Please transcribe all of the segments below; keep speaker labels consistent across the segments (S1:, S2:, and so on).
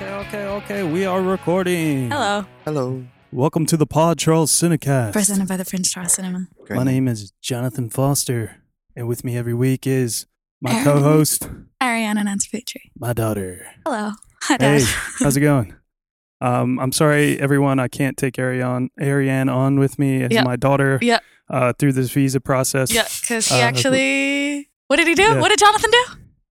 S1: Okay, okay, we are recording.
S2: Hello.
S3: Hello.
S1: Welcome to the Pod Charles Cinecast.
S2: Presented by the French Straw Cinema.
S1: My name is Jonathan Foster, and with me every week is my co host,
S2: Ariana Nance Petrie.
S1: my daughter.
S2: Hello. Hi,
S1: Hey,
S2: Dad.
S1: how's it going? Um, I'm sorry, everyone, I can't take Ariane, Ariane on with me as
S2: Yeah.
S1: my daughter
S2: Yeah.
S1: uh, through this visa process.
S2: Yeah, because he
S1: Uh,
S2: actually. What did he do?
S1: Yeah.
S2: What did Jonathan do?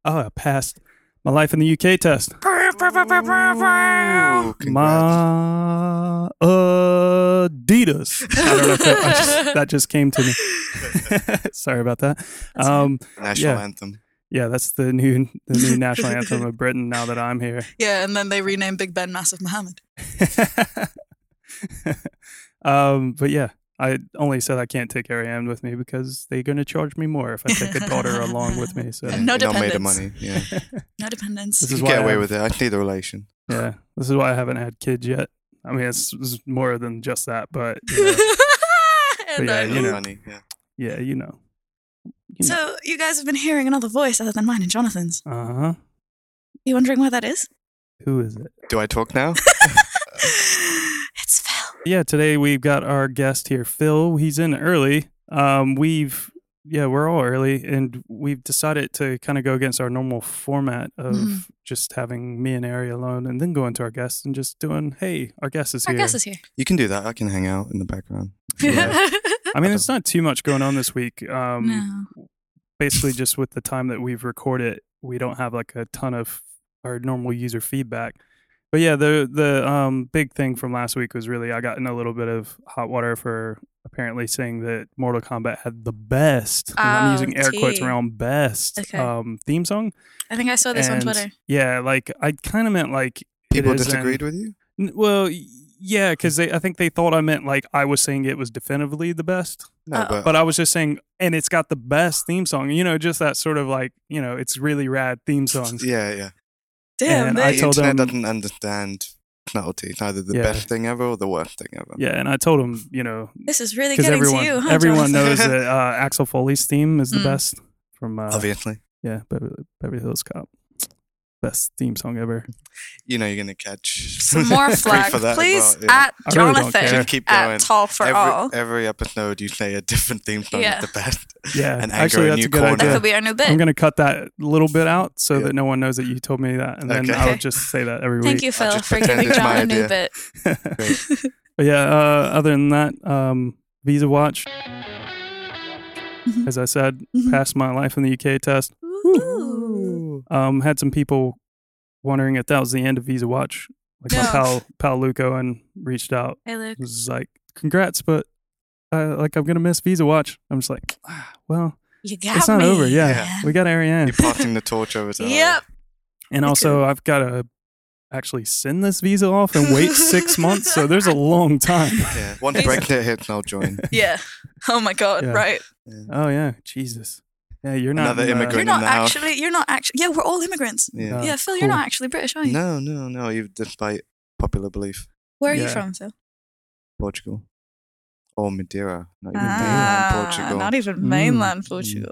S1: Oh, I passed my life in the UK test.
S3: Ooh, congrats.
S1: My Adidas. I don't know if that, I just, that just came to me. Sorry about that.
S2: That's fine.
S1: Um,
S3: National
S1: yeah.
S3: anthem.
S1: yeah, that's the new the new national anthem of Britain. Now that I'm here,
S2: Yeah, and then they renamed Big Ben Massive Muhammad.
S1: um, but yeah, I only said I can't take Ariane with me because they're going to charge me more if I take a daughter along with me. So
S2: Yeah,
S3: And
S2: no
S3: y'all made the
S2: dependence.
S3: money. Yeah.
S2: No dependence.
S1: This
S3: you
S1: is
S3: can get
S1: why
S3: away
S1: I-
S3: with it. I need a relation.
S1: yeah, this is why I haven't had kids yet. I mean, it's, it's more than just that, but you know,
S2: And
S1: Yeah,
S2: I-
S1: you know.
S3: money. Yeah.
S1: yeah, you know. You know.
S2: So, you guys have been hearing another voice other than mine and Jonathan's.
S1: Uh huh.
S2: You wondering why that is?
S1: Who is it?
S3: Do I talk now?
S1: Uh,
S2: it's Phil.
S1: Yeah, today we've got our guest here, Phil. He's in early. Um, we've yeah, we're all early, and we've decided to kind of go against our normal format of
S2: Mhm.
S1: just having me and Ari alone, and then going to our guest and just doing, hey, our guest is
S2: Our
S1: here.
S2: guest is here.
S3: you can do that. I can hang out in the background.
S1: Yeah. I mean,
S3: I
S1: it's not too much going on this week. Um,
S2: no.
S1: Basically, just with the time that we've recorded, we don't have like a ton of our normal user feedback. But yeah, the the um, big thing from last week was really I got in a little bit of hot water for apparently saying that Mortal Kombat had the best. and I'm
S2: Oh,
S1: using air quotes
S2: tea.
S1: around best
S2: Okay.
S1: um, theme song.
S2: I think I saw this
S1: And,
S2: on Twitter.
S1: Yeah, like I kind of meant like
S3: People
S1: it is um,
S3: disagreed
S1: in-
S3: with you?
S1: N- well, y- yeah, because I think they thought I meant like I was saying it was definitively the best
S3: No,
S2: Uh-oh.
S3: but,
S1: but I was just saying, and it's got the best theme song. You know, just that sort of like, you know, it's really rad theme song.
S3: yeah, yeah.
S2: Damn,
S1: and
S2: they,
S1: I
S3: the
S1: told
S3: internet
S1: them-
S3: doesn't understand penalty. It's either the
S1: Yeah.
S3: best thing ever or the worst thing ever.
S1: Yeah, and I told him, you know,
S2: this is really
S1: because
S2: getting
S1: everyone
S2: to you, huh,
S1: everyone
S2: Jonathan?
S1: knows that uh, Axel Foley's theme is the
S2: Mm.
S1: best from uh,
S3: Obviously.
S1: yeah Beverly, Beverly Hills Cop, best theme song ever.
S3: You know you're going to catch
S2: Some more
S3: grief
S2: flag,
S3: for that as
S2: please.
S3: well, yeah.
S2: At
S1: I really don't
S2: Jonathan,
S1: care.
S3: Just keep
S2: at
S3: going.
S2: Tall for
S3: every,
S2: All.
S3: every episode you say a different theme song
S2: Yeah.
S3: is the best.
S1: Yeah,
S3: And anchor
S1: actually,
S3: a
S1: that's
S3: new
S1: a good
S3: corner.
S2: that
S3: yeah.
S2: could
S1: idea.
S2: be our new bit.
S1: I'm gonna cut that little bit out so
S3: Yeah.
S1: that no one knows that you told me that, and then
S3: Okay.
S1: I'll
S2: Okay.
S1: just say that every
S2: Thank
S1: week.
S2: you, Phil,
S3: just
S2: for
S3: pretend
S2: giving
S3: it's
S2: John
S3: my
S2: a new
S3: idea.
S2: bit.
S3: Great.
S1: But yeah, uh, other than that, um, Visa Watch,
S2: Mhm.
S1: as I said,
S2: Mhm.
S1: passed my life in the UK test.
S2: Ooh.
S1: Um, had some people wondering if that was the end of Visa Watch. Like my
S2: No.
S1: pal pal Luco and reached out.
S2: Hey, Luke.
S1: Was like, "Congrats, but uh, like I'm gonna miss Visa Watch." I'm just like, ah, "Well,
S2: You got
S1: it's not
S2: me.
S1: over. Yeah,
S2: Yeah.
S1: we got Ariane,
S3: You're passing the torch over to her.
S2: Yep.
S1: and also I've got to actually send this visa off and wait six months. So there's a long time.
S3: Yeah. Once
S2: Please.
S3: Brexit hits, I'll join.
S2: Yeah. Oh my God.
S1: Yeah.
S2: Right.
S1: Oh yeah, Jesus. Yeah, you're not
S3: Another
S1: uh,
S3: immigrant.
S2: You're
S3: Going
S2: not
S3: in the house.
S2: actually. You're not actually. Yeah, we're all immigrants.
S3: Yeah.
S1: Uh,
S2: yeah, Phil,
S1: cool.
S2: you're not actually British, are you?
S3: No, no, no. You despite popular belief,
S2: Where are you
S1: Yeah.
S2: from, Phil?
S3: Portugal or Madeira, not even
S2: Ah,
S3: mainland Portugal.
S2: Not even
S1: Mm.
S2: mainland
S1: Mm.
S2: Portugal.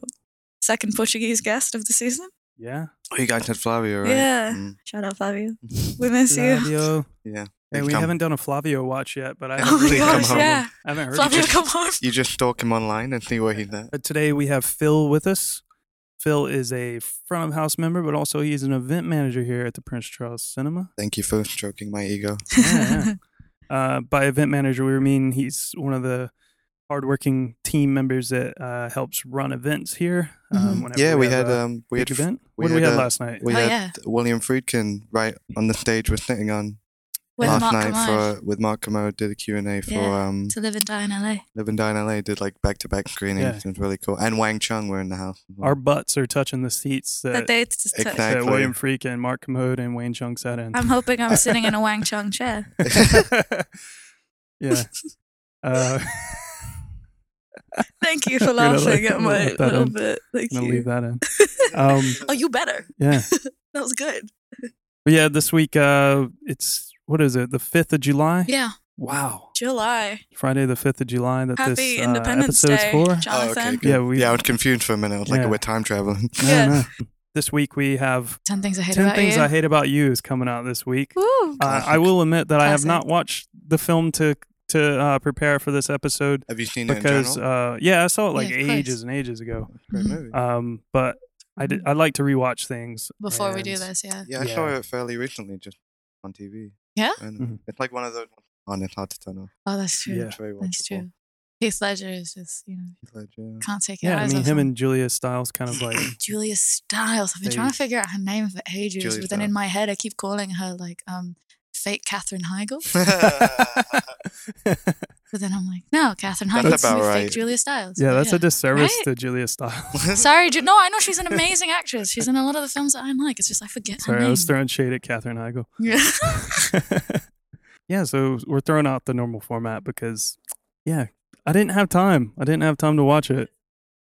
S2: Second Portuguese guest of the season.
S1: Yeah.
S3: oh, you guys had Flavio, right?
S2: e- Yeah.
S3: Mm.
S2: Shout out Flavio. We miss you.
S1: Flavio.
S3: yeah.
S1: Hey,
S3: He's
S1: we
S3: come-
S1: haven't done a Flavio watch yet, but I
S3: Oh
S1: haven't,
S2: Oh my
S3: Please
S1: really-
S3: come
S2: gosh,
S3: home.
S2: yeah.
S1: I haven't heard.
S2: Flavio,
S3: just-
S2: come home.
S3: You just stalk him online and see where he's at.
S1: But today we have Phil with us. Phil is a front of house member, but also he's an event manager here at the Prince Charles Cinema.
S3: Thank you for stroking my ego.
S1: Yeah, Uh, by event manager, we mean he's one of the hardworking team members that uh, helps run events here. um,
S2: Mhm.
S1: whenever
S3: Mm-hmm. Yeah, we
S1: have
S3: had
S1: a
S3: um, we
S1: big
S3: had
S1: event.
S3: we
S1: what did we
S3: had
S1: have
S3: a-
S1: last night?
S3: we
S2: Oh,
S3: had
S2: yeah.
S3: William Friedkin right on the stage we're sitting on
S2: With
S3: last
S2: Mark
S3: night
S2: Kermode
S3: for with Mark Kermode did a Q and A for
S2: Yeah.
S3: um
S2: to live and die in LA.
S3: Live and Die in LA. Did like back to back screenings.
S1: Yeah.
S3: It was really cool. And Wang Chung were in the house. as well.
S1: Our butts are touching the seats that,
S2: That they just took.
S3: Exactly.
S1: that William Freak and Mark Commode and Wayne Chung sat in.
S2: I'm hoping I'm sitting in a Wang Chung chair. Um,
S1: yeah. Uh,
S2: Thank you for
S1: You're gonna
S2: laughing
S1: like-
S2: at my
S1: let that
S2: little
S1: in.
S2: bit. Thank
S1: I'm gonna
S2: you.
S1: leave that in. Um,
S2: Oh, you better.
S1: yeah,
S2: That was good.
S1: but yeah. This week, uh, it's what is it? The fifth of July.
S2: Yeah,
S1: Wow,
S2: July.
S1: Friday the fifth of July. That
S2: Happy
S1: this uh,
S2: Independence
S1: episode's
S2: Day,
S1: for.
S3: Oh,
S2: Jonathan.
S3: okay,
S1: Yeah,
S3: yeah,
S1: we-
S3: yeah, I was confused for a minute. I was
S1: Yeah.
S3: like, we're time traveling.
S1: No,
S2: Yeah.
S1: no. this week we have
S2: 10 things I hate
S1: 10
S2: about
S1: Things
S2: you.
S1: I Hate About You is coming out this week.
S2: Woo.
S1: Uh, I
S3: Classic.
S1: will admit that I have
S2: Classic.
S1: not watched the film to to uh, prepare for this episode
S3: Have you seen
S1: because
S3: it in general?
S1: uh, yeah, I saw it like
S2: Yeah, of course.
S1: ages and ages ago.
S3: Great movie.
S1: Um, but I did, I like to rewatch things
S2: Before we do
S1: and-
S2: this, yeah.
S3: yeah, I saw
S1: yeah.
S3: it fairly recently, just on TV.
S2: Yeah?
S3: And
S1: Mhm.
S3: It's like one of those ones on. It's hard to turn off.
S2: Oh, that's true.
S1: Yeah.
S3: It's very watchable.
S2: That's true. Keith Ledger is just, you know,
S3: Heath Ledger.
S2: can't take your
S1: Yeah, I
S2: eyes
S1: mean
S2: off
S1: him and Julia Stiles kind of like
S2: Julia Stiles. I've been trying to
S1: They-
S2: figure out her name for ages,
S3: Julia
S2: but then in
S3: Stiles.
S2: my head I keep calling her like um fake Catherine Heigl. But then I'm like, no, Catherine
S3: That's
S2: Heigl. It's
S3: about
S2: fake
S3: right.
S2: Julia Stiles.
S1: yeah,
S2: But
S1: that's a disservice
S2: Right?
S1: to Julia Stiles.
S2: Sorry, Ju- no, I know she's an amazing actress. She's in a lot of the films that I like. It's just I forget
S1: Sorry,
S2: her
S1: I
S2: name.
S1: was throwing shade at Katherine Heigl.
S2: Yeah.
S1: yeah, so we're throwing out the normal format because, yeah, I didn't have time. I didn't have time to watch it.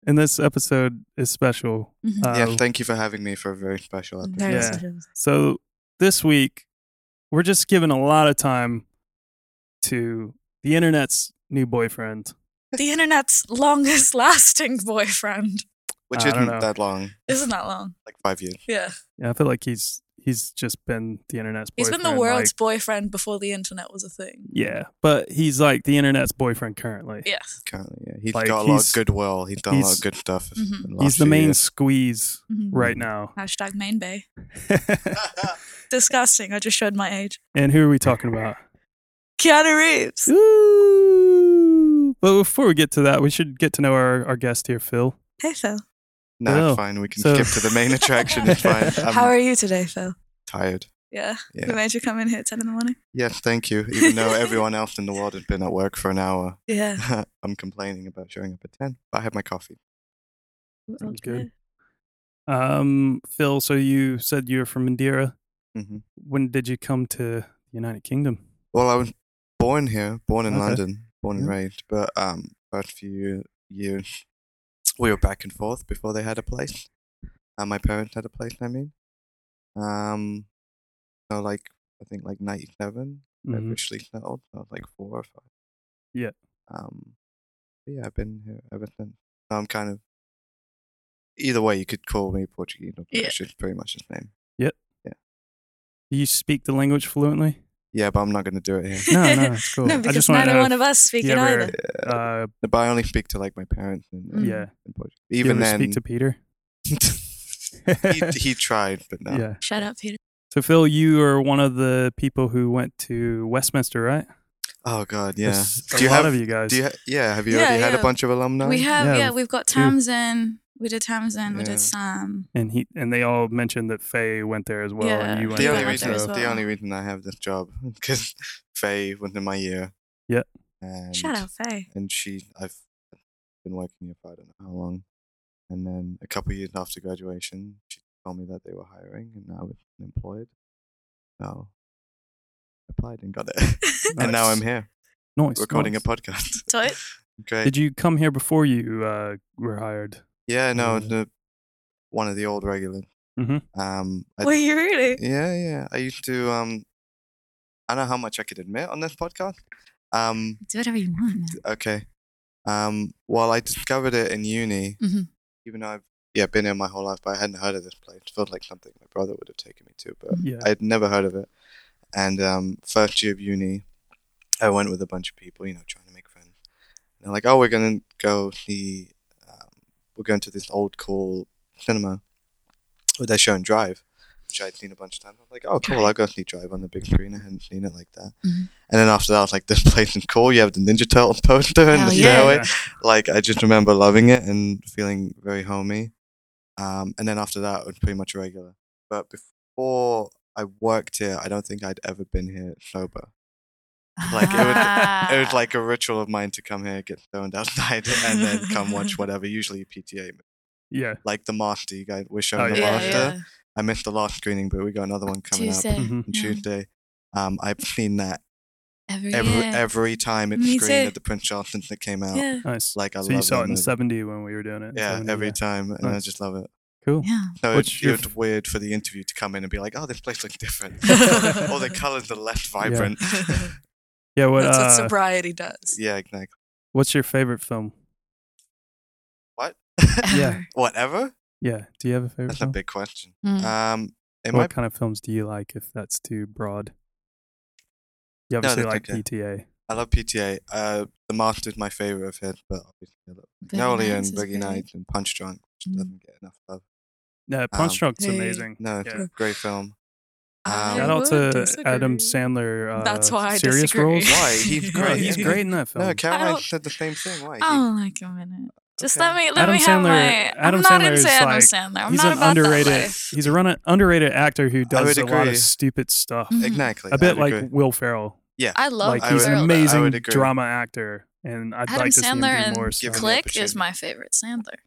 S1: And this episode is special.
S2: Mhm.
S1: Uh,
S3: yeah, thank you for having me for a very special episode.
S2: Very
S1: Yeah.
S2: special.
S1: so this week, we're just giving a lot of time to the internet's new boyfriend.
S2: The internet's longest lasting boyfriend.
S3: Which
S1: I don't
S3: isn't
S1: know.
S3: that long,
S2: Isn't that long?
S3: like five years.
S2: Yeah.
S1: Yeah, I feel like he's he's just been the internet's
S2: He's
S1: boyfriend.
S2: been the world's
S1: like-
S2: boyfriend before the internet was a thing.
S1: yeah, but he's like the internet's boyfriend currently.
S2: Yes.
S3: Currently, yeah. He's
S1: Like,
S3: got a lot
S1: he's-
S3: of goodwill. He's done a lot
S1: he's-
S3: of good stuff. in
S2: Mhm.
S3: the
S1: he's
S3: last
S1: the
S3: few
S1: main
S3: years.
S1: squeeze
S2: Mhm.
S1: right now.
S2: Hashtag main bay. Disgusting. I just showed my age.
S1: and who are we talking about?
S2: Keanu Reeves.
S1: Ooh. But before we get to that, we should get to know our, our guest here, Phil.
S2: Hey, Phil.
S3: No,
S1: No.
S3: it's fine. We can
S1: Oh. So-
S3: skip to the main attraction. It's fine. I'm
S2: How are you today, Phil?
S3: tired.
S2: Yeah.
S3: Yeah.
S2: We made you come in here at 10 in the morning?
S3: Yes, thank you. Even though everyone else in the world has been at work for an hour,
S2: Yeah.
S3: I'm complaining about showing up at 10. But I had my coffee.
S1: Sounds good. Um, Phil, so you said you're from Madeira.
S3: hmm
S1: When did you come to the United Kingdom?
S3: Well, I was born here, born in
S1: Okay.
S3: London, born and
S1: Yeah.
S3: raised. But um, first few years, we were back and forth before they had a place. Uh, my parents had a place, I mean. Um, so like I think like '97, I
S1: Mhm.
S3: officially settled. I was like four or five.
S1: Yeah.
S3: Um. but Yeah, I've been here ever since. So I'm kind of. Either way, you could call me Portuguese or
S2: Yeah.
S3: British. It's pretty much the same.
S1: Do you speak the language fluently?
S3: Yeah, but I'm not going to do it here.
S1: No, no, it's cool.
S2: No,
S1: I
S2: because
S1: just wanna
S2: neither
S1: know
S2: one
S1: if
S2: of us speak
S1: you
S2: it
S1: ever-
S2: either.
S1: Uh,
S3: But I only speak to like my parents in, in,
S2: Mm.
S1: yeah.
S3: in Portuguese.
S1: Do you
S3: Even
S1: ever
S3: then,
S1: speak to Peter.
S3: he, he tried, but no.
S1: Yeah.
S2: Shut up, Peter.
S1: So Phil, you are one of the people who went to Westminster, right?
S3: Oh God, yeah.
S1: There's a
S3: Do you
S1: lot
S3: have?
S1: of you guys.
S3: do you ha- yeah, have you
S2: Yeah,
S3: already had
S2: yeah.
S3: a bunch of alumni?
S2: We have,
S1: Yeah,
S2: yeah, we've got
S1: two.
S2: Tamsin. We did Tamsin. We
S3: Yeah.
S2: did Sam.
S1: and he and they all mentioned that Faye went there as well,
S2: Yeah.
S1: and you went
S3: the
S2: Yeah,
S3: only
S1: there
S2: like
S3: reason
S2: that as
S3: the
S2: well.
S3: only reason I have this job because Faye was in my year.
S1: Yeah.
S3: And,
S2: Shut up, Faye.
S3: And she, I've been working here for I don't know how long, and then a couple of years after graduation, she told me that they were hiring, and I was employed. So I applied and got it, and now I'm here
S1: Nice,
S3: recording
S1: nice.
S3: a podcast.
S2: So it-
S3: Great.
S1: Did you come here before you uh, were hired?
S3: Yeah, no,
S1: Mm.
S3: the, one of the old regulars.
S1: Mhm.
S3: Um, I,
S2: were you really?
S3: yeah, yeah. I used to. Um, I don't know how much I could admit on this podcast. Um,
S2: Do whatever you want. man.
S3: okay. Um, well, I discovered it in uni,
S2: Mhm.
S3: even though I've yeah been here my whole life, but I hadn't heard of this place. It felt like something my brother would have taken me to, but
S1: Yeah.
S3: I'd never heard of it. And um, first year of uni, I went with a bunch of people, you know, trying to make friends. And they're like, oh, we're going to go see, um, we're going to this old cool cinema where they're showing Drive, which I'd seen a bunch of times. I'm like, oh, cool, I'll go see Drive on the big screen. I hadn't seen it like that.
S2: Mhm.
S3: And then after that, I was like, this place is cool. You have the Ninja Turtles poster in
S1: Oh,
S2: Hell
S3: the
S2: Oh, yeah.
S3: stairway. Like, I just remember loving it and feeling very homey. Um, and then after that, it was pretty much a regular. But before I worked here, I don't think I'd ever been here sober. Like, it would- It
S2: Ah.
S3: was like a ritual of mine to come here, get stoned outside, and then come watch whatever. Usually PTA,
S1: Yeah.
S3: like the Master. You guys, we're
S1: Oh,
S3: showing the
S1: yeah,
S3: Master. I missed the last screening, but we got another one coming
S2: Tuesday.
S3: up Mm-hmm.
S1: Mhm.
S3: on
S2: yeah.
S3: Tuesday. Um, I've seen that
S2: Every,
S3: every
S2: year.
S3: every time it's
S2: Me
S3: screened
S2: too.
S3: at the Prince Charles since it came out.
S2: yeah.
S1: Nice.
S3: Like I
S1: so
S3: love
S1: you saw
S3: that
S1: it in
S3: movie.
S1: '70 when we were doing it. in
S3: Yeah,
S1: 70,
S3: every time, and I
S1: Nice.
S3: just love it.
S1: Cool.
S2: Yeah.
S3: So
S1: What's
S3: it's
S1: your
S3: it's weird for the interview to come in and be like, "Oh, this place looks different," or the colors are less vibrant. Yeah,
S1: Yeah. What?
S2: That's what
S1: Uh,
S2: sobriety does.
S3: exactly.
S1: what's your favorite film?
S3: What?
S1: Yeah.
S2: Ever.
S3: Whatever.
S1: Yeah. Do you have a favorite
S3: That's a
S1: film?
S3: big question.
S2: Mm.
S3: Um, it
S1: what
S3: might
S1: kind of films do you like if that's too broad? You
S3: No,
S1: obviously
S3: that's
S1: like
S3: okay.
S1: PTA.
S3: I love PTA. Uh, the Master's my favorite of his, but obviously I love
S2: Boogie
S3: Noli and
S2: Nights is
S3: Boogie
S2: great.
S3: Nights and Punch Drunk, which
S2: Mm.
S3: doesn't get enough love.
S1: Yeah, Punch
S3: Um,
S1: Drunk's
S2: Hey.
S1: amazing.
S3: No, it's
S1: Yeah.
S3: a great film.
S2: I
S1: Shout
S3: Um,
S1: out
S2: would
S1: to
S2: disagree.
S1: Adam Sandler. Uh,
S2: That's why I
S1: serious
S2: disagree.
S1: roles.
S3: Why? He's
S1: No,
S3: great.
S1: he's
S3: isn't he?
S1: great in that film.
S3: No, Caroline
S2: don't-
S3: said the same thing. Why? He-
S2: Oh, like a minute. Just
S3: Okay.
S2: let me let
S1: Adam
S2: me have
S1: Sandler-
S2: my.
S1: Adam
S2: I'm not
S1: Sandler is
S2: into Adam
S1: like-
S2: Sandler. I'm
S1: he's
S2: not
S1: an
S2: about
S1: underrated.
S2: that life.
S1: He's a run, underrated actor who does
S3: would
S1: a lot
S3: agree.
S1: of stupid stuff.
S2: Mhm.
S3: Exactly.
S1: A bit
S3: I'd
S1: like
S3: agree.
S1: Will Ferrell.
S2: I love
S1: like
S2: Will
S3: I
S1: he's
S3: would-
S1: an
S2: Ferrell, though.
S1: amazing
S3: would agree.
S1: drama actor, and I'd
S2: Adam
S1: like to see him
S2: Sandler
S1: do
S2: and
S1: more. So.
S3: Given the
S2: Click is
S3: opportunity.
S2: my favorite Sandler.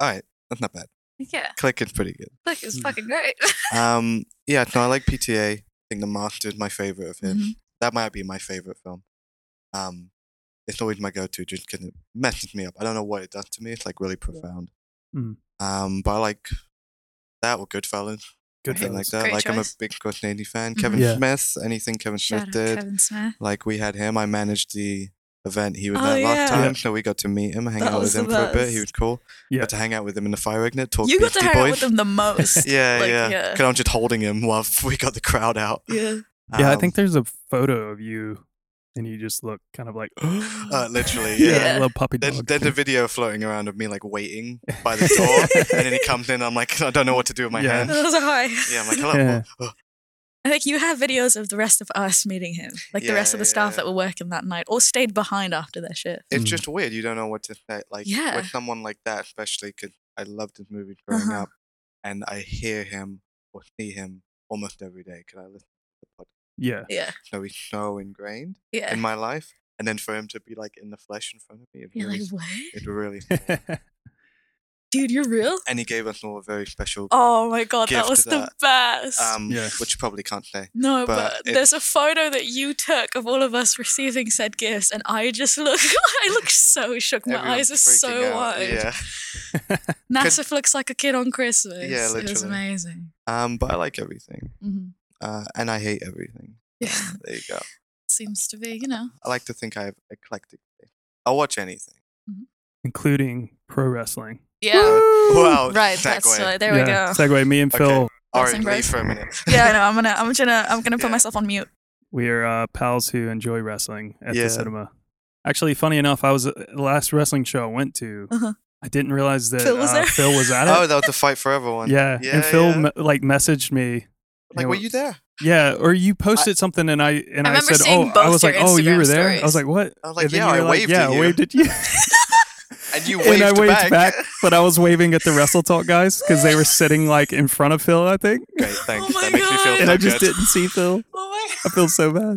S3: That's not bad.
S2: Yeah,
S3: Click is pretty good.
S2: Click is
S1: Mm.
S2: fucking great.
S3: Um, yeah, no, I like PTA. I think The Master is my favorite of his.
S2: Mhm.
S3: That might be my favorite film. Um, it's always my go-to just because it messes me up. I don't know what it does to me. It's like really profound.
S1: Mm.
S3: Um, but I like that or Goodfellas,
S1: Good
S3: anything
S1: film.
S3: like that.
S2: Great
S3: like I'm a
S2: choice.
S3: big Scorsese fan.
S2: Mhm.
S3: Kevin
S1: Yeah.
S3: Smith, anything Kevin
S2: Shout
S3: Smith
S2: out
S3: did.
S2: Kevin Smith.
S3: Like we had him. I managed the event he was
S2: Oh,
S3: at
S2: yeah.
S3: last
S1: Yeah.
S3: time, so we got to meet him, hang
S2: That
S3: out
S2: was
S3: with
S2: the
S3: him for a bit. He
S2: best.
S3: was cool.
S1: Yeah.
S3: Got to hang out with him in the fire ignite, talk
S2: You got to
S3: Beastie
S2: hang out with
S3: Boys.
S2: them the most.
S3: Yeah,
S2: Like,
S3: yeah.
S2: yeah.
S3: 'Cause I'm just holding him while we got the crowd out.
S2: yeah.
S1: Yeah, I
S3: Um,
S1: think there's a photo of you, and you just look kind of like,
S3: uh, literally, yeah.
S1: yeah, I
S2: Yeah.
S1: love puppy
S3: There's,
S1: dog.
S3: there's a video floating around of me like waiting by the door, and then he comes in. I'm like, I don't know what to do with my
S1: Yeah.
S3: hands.
S2: That was a high.
S3: Yeah, I'm like, hello.
S1: Yeah.
S3: Oh, oh.
S2: I think you have videos of the rest of us meeting him, like the
S3: Yeah,
S2: rest of the staff
S3: yeah.
S2: that were working that night or stayed behind after their shift.
S3: It's
S1: Mm.
S3: just weird. You don't know what to say. Like
S2: Yeah.
S3: with someone like that, especially because I loved his movies growing
S2: Uh-huh.
S3: up, and I hear him or see him almost every day because I listen to the podcast.
S1: yeah,
S2: Yeah.
S3: So he's so ingrained
S2: Yeah.
S3: in my life, and then for him to be like in the flesh in front of me, it
S2: You're
S3: really,
S2: like, what?
S3: it really.
S2: Dude, you're real?
S3: And he gave us all a very special
S2: Oh my God, that
S3: Gift
S2: was the
S3: that.
S2: best.
S3: um,
S1: Yeah.
S3: which you probably can't say.
S2: no,
S3: but
S2: but,
S3: it-
S2: there's a photo that you took of all of us receiving said gifts, and I just look, I look so shook. My
S3: Everyone's
S2: eyes are so
S3: freaking out.
S2: wide.
S3: Yeah.
S2: Nassif looks like a kid on Christmas.
S3: Yeah,
S2: It was
S3: literally.
S2: amazing.
S3: Um, but I like everything.
S2: hmm
S3: Uh, and I hate everything.
S2: Yeah.
S3: There you go.
S2: Seems to be, you know.
S3: I like to think I have eclectic taste. I'll watch anything.
S1: including pro wrestling.
S2: Yeah.
S3: wow.
S2: right.
S3: Segue.
S2: That's uh, there we go.
S1: yeah, Segue. Me and
S3: Okay.
S1: Phil,
S3: All
S2: That's
S3: right, leave
S2: embarrassing.
S3: for a minute.
S2: yeah, I know. I'm gonna, I'm gonna, I'm gonna put
S3: Yeah.
S2: myself on mute.
S1: we are uh, pals who enjoy wrestling at
S3: Yeah.
S1: the cinema. Actually, funny enough, I was uh, the last wrestling show I went to.
S2: Uh-huh.
S1: I didn't realize that
S2: Phil was
S1: uh,
S2: there?
S1: Phil was at it.
S3: oh, that was the fight for everyone.
S1: yeah.
S3: Yeah,
S1: and Phil
S3: yeah.
S1: me- like messaged me.
S3: Like,
S1: know,
S3: were you there?
S1: Yeah, or you posted something and I and
S2: I
S1: I,
S2: remember
S1: said,
S2: seeing
S1: "Oh, I
S2: both
S1: was
S2: your
S1: like, oh, you
S2: Instagram
S1: were there." I
S2: stories.
S1: was like, "What?"
S3: I was like,
S1: And then
S3: yeah,
S1: you
S3: I
S1: were like,
S3: waved
S1: yeah,
S3: at
S1: I
S3: you.
S1: waved at you.
S3: And you
S1: and
S3: waved,
S1: I waved back,
S3: back.
S1: but I was waving at the Wrestle Talk guys because they were sitting like in front of Phil, I think,
S3: Great, thanks.
S2: Oh my
S3: that makes me feel
S2: God.
S3: so
S1: and I just
S3: good.
S1: didn't see Phil.
S2: Oh my
S1: I feel so bad.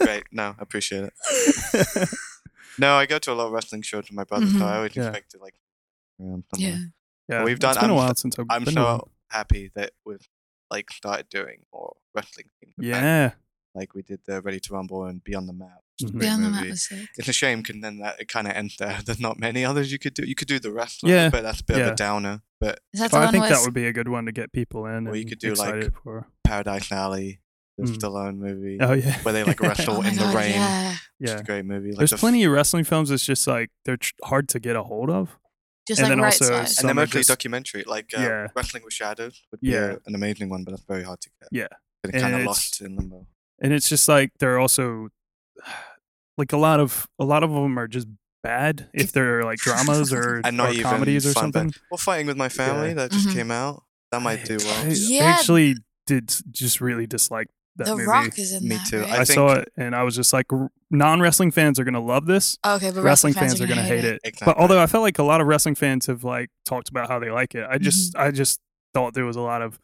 S3: Great. No, I appreciate it. No, I go to a lot of wrestling shows with my brother, so I always
S1: Mm-hmm. Yeah.
S3: expect to like. around somewhere.
S2: Yeah.
S1: Yeah,
S3: We've done-
S1: It's been a
S3: I'm
S1: while
S3: so-
S1: since I've
S3: I'm
S1: been.
S3: so
S1: to one.
S3: happy that we've like started doing more wrestling. things like that.
S1: Yeah,
S3: like we did the Ready to Rumble and Beyond the Map. which is a
S1: Mhm.
S3: great
S2: Beyond the map
S3: movie.
S2: was sick.
S3: It's a shame, 'cause then that it kind of ends there. There's not many others you could do. You could do the wrestler,
S1: Yeah,
S3: but that's a bit of
S1: yeah.
S3: a downer. But
S2: Is that the
S1: but I
S2: one
S1: think
S2: with?
S1: that would be a good one to get people in.
S3: Or you
S1: and
S3: could do, like-
S1: excited for.
S3: Paradise Alley, the
S1: Mm.
S3: Stallone movie,
S1: Oh yeah,
S3: where they like wrestle
S2: Oh my
S3: in the
S2: God,
S3: rain.
S2: Yeah.
S3: Which
S1: yeah.
S3: is a great movie. Like
S1: There's
S3: the f-
S1: plenty of wrestling films. It's just like they're tr- hard to get a hold of.
S2: Just
S1: And
S2: like
S1: then
S2: right
S1: also
S2: side.
S1: some-
S3: and they're
S1: are
S3: mostly
S1: just-
S3: documentary, like uh,
S1: Yeah.
S3: Wrestling with Shadows would
S1: Yeah.
S3: be a, an amazing one, but that's very hard to get.
S1: Yeah.
S3: But
S1: And
S3: kind of
S1: it's-
S3: lost in limbo.
S1: and it's just like they're also like a lot of a lot of them are just bad if they're like dramas or,
S3: And not
S1: or
S3: even
S1: comedies or
S3: fun, but-
S1: something.
S3: Well, Fighting with My Family, that just
S2: Mhm.
S3: came out. That might do uh, well.
S1: I, I
S2: Yeah.
S1: actually did s- just really dislike that
S2: The
S1: movie.
S2: Rock is in
S3: Me
S2: that.
S3: too.
S2: Right?
S1: I,
S3: I
S1: saw
S3: think-
S1: it and I was just like, non wrestling fans are gonna love this,
S2: okay, but
S1: wrestling fans, are
S2: gonna
S1: hate it.
S3: Exactly.
S1: But although I felt like a lot of wrestling fans have like talked about how they like it, I just
S3: Mm-hmm.
S1: I just thought there was a lot of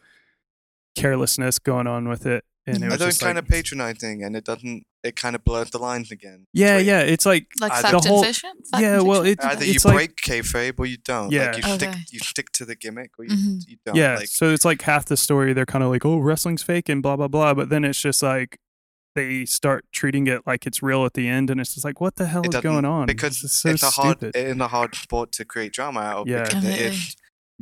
S1: carelessness going on with it, and
S2: Mhm.
S1: it
S2: I
S1: was
S3: I don't
S1: just
S3: kind
S1: like,
S3: of patronizing, and it doesn't. It kind of blurs the lines again.
S1: yeah,
S3: Like,
S1: yeah. It's like
S2: Like
S3: I-
S2: I,
S3: the
S2: fact
S1: whole-
S2: and fiction. Fact
S1: yeah,
S2: and
S1: well,
S2: fiction?
S1: it,
S3: Either you
S1: it's like
S3: break kayfabe or you don't.
S1: Yeah.
S3: Like you stick,
S2: Okay.
S3: you stick to the gimmick or you,
S2: Mhm.
S3: you don't.
S1: yeah
S3: Like,
S1: so it's like half the story they're kind of like oh wrestling's fake and blah blah blah but then it's just like they start treating it like it's real at the end and it's just like what the hell
S3: It
S1: is
S3: doesn't-
S1: going on
S3: because
S1: This is so
S3: it's a hard,
S1: stupid
S3: in a hard sport to create drama out of.
S1: Yeah.
S3: Because it
S2: Completely.
S3: is.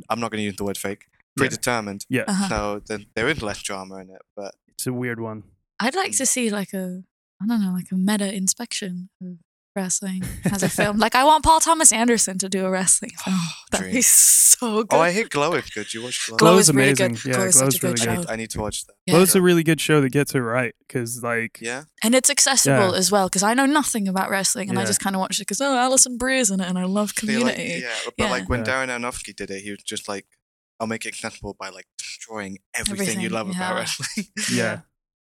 S3: I'm not going to use the word fake.
S1: Yeah.
S3: Predetermined.
S1: yeah
S2: Uh-huh.
S3: So then there is less drama in it, but
S1: it's a weird one
S2: I'd like to see like a I don't know, like a meta inspection of wrestling as a film. Like I want Paul Thomas Anderson to do a wrestling film. That'd be
S3: Oh, Dream.
S2: so good.
S3: Oh, I hear Glow is good. Do you watch Glow?
S2: Glow
S1: Glow's
S2: is really good.
S1: amazing. Yeah,
S2: Glow is such a
S1: Glow's
S2: good
S1: really
S3: I
S2: show.
S3: need, I need to watch that.
S2: Yeah.
S1: Glow's a really good show that gets it right because like
S3: Yeah.
S2: and it's accessible
S1: Yeah.
S2: as well because I know nothing about wrestling and I
S1: Yeah.
S2: just kind of watched it because oh, Alison Breer's in it and I love
S3: They, like-
S2: Community.
S3: yeah, but
S2: Yeah.
S3: like when
S1: Yeah.
S3: Darren Aronofsky did it, he was just like, "I'll make it accessible by like destroying everything, you
S2: Everything,
S3: love
S2: yeah.
S3: about wrestling."
S1: yeah.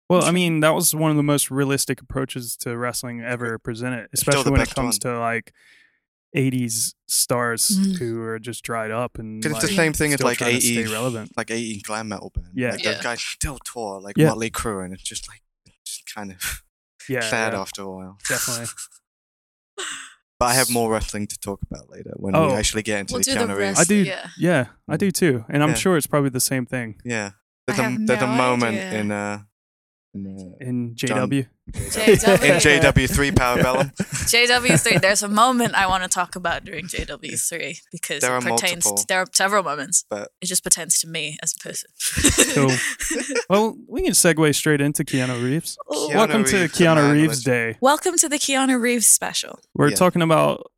S1: Well, I mean, that was one of the most realistic approaches to wrestling ever presented,
S3: still
S1: especially
S3: the
S1: when it
S3: best
S1: comes to like 80s stars
S2: Mhm.
S1: who are just dried up and
S3: 'Cause it's
S1: like,
S3: the same thing as
S1: still
S3: like
S1: trying to stay
S3: AE,
S1: relevant.
S3: like AE glam metal band.
S1: Yeah.
S3: like
S2: Yeah.
S3: those guys still tour like
S1: Yeah.
S3: Motley Crue, and it's just like it's just kind of
S1: Yeah,
S3: sad
S1: yeah,
S3: after a while.
S1: definitely.
S3: But I have more wrestling to talk about later when
S1: Oh.
S3: we actually get into
S2: We'll
S3: the
S2: do the
S3: Keanu
S2: rest.
S3: Reeves.
S1: I do.
S2: Yeah.
S1: Yeah. I do too, and I'm
S3: Yeah.
S1: sure it's probably the same thing
S3: Yeah, there's
S2: I
S3: a
S2: have
S3: there's a
S2: no
S3: moment
S2: idea.
S3: in uh in, uh,
S1: in JW.
S3: in
S2: JW.
S3: JW3 Parabellum.
S2: JW3. There's a moment I want to talk about during JW3 because
S3: There are
S2: it pertains.
S3: multiple.
S2: To, there are several moments.
S3: But-
S2: it just pertains to me as a person.
S1: Cool. Well, we can segue straight into Keanu Reeves.
S3: Keanu
S1: Welcome to
S3: Reeves, the
S1: Keanu
S3: man,
S1: Reeves
S3: legend.
S1: Day.
S2: Welcome to the Keanu Reeves special.
S1: We're
S3: Yeah.
S1: talking about,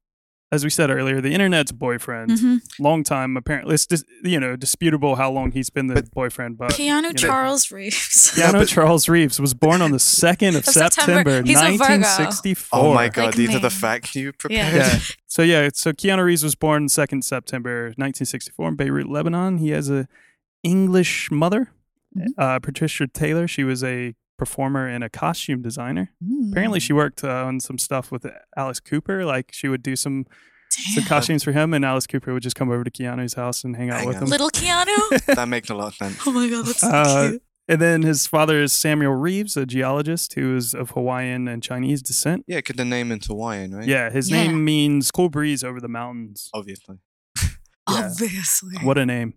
S1: as we said earlier, the internet's boyfriend.
S2: Mm-hmm.
S1: Long time, apparently. It's dis- you know disputable how long he's been the
S3: But-
S1: boyfriend, but
S2: Keanu
S1: you know.
S2: Charles Reeves.
S1: Keanu
S3: but-
S1: Charles Reeves was born on the second of,
S2: Of September.
S1: September,
S2: He's a Virgo.
S1: 1964.
S3: Oh my god,
S2: Like
S3: these are the
S2: me.
S3: facts you
S2: Yeah.
S3: prepared.
S1: Yeah. So yeah, so Keanu Reeves was born 2nd September 1964 in Beirut, Lebanon. He has a English mother,
S2: Mhm.
S1: uh, Patricia Taylor. She was a performer and a costume designer. Apparently,
S2: Mm.
S1: she worked uh, on some stuff with Alice Cooper. Like she would do some some
S2: Damn.
S1: costumes for him, and Alice Cooper would just come over to Keanu's house and hang out
S3: Hang
S1: with
S3: out.
S1: him.
S2: Little Keanu.
S3: That makes a lot of sense.
S2: Oh my god, that's so
S1: Uh,
S2: cute.
S1: And then his father is Samuel Reeves, a geologist who is of Hawaiian and Chinese descent.
S3: Yeah, could the name in Hawaiian, right?
S1: Yeah, his
S2: Yeah.
S1: name means cool breeze over the mountains.
S3: Obviously.
S1: yeah.
S2: Obviously.
S1: What a name.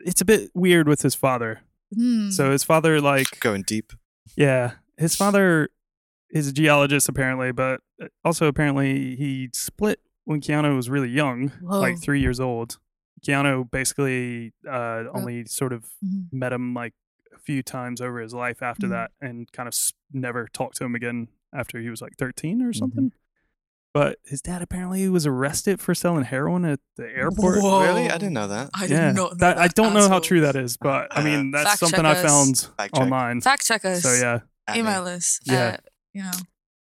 S1: It's a bit weird with his father.
S2: Mm.
S1: So his father, like,
S3: Going deep.
S1: yeah, his father is a geologist apparently, but uh, also apparently he split when Keanu was really young,
S2: Whoa.
S1: like three years old. Keanu basically uh, only sort of
S2: Mhm.
S1: met him like a few times over his life after
S2: Mhm.
S1: that and kind of s- never talked to him again after he was like 13
S2: Mm-hmm.
S1: or something. But his dad apparently was arrested for selling heroin at the airport.
S2: Whoa.
S3: Really? I didn't know that.
S2: I did
S1: yeah,
S2: not know
S1: that, I don't know how
S2: asshole.
S1: true that is, but I mean that's
S2: Fact check
S1: something I
S2: us.
S1: found
S3: Fact check.
S1: online.
S2: Fact check us.
S1: So yeah,
S3: At me.
S2: Email us.
S1: Yeah.
S2: At, you know,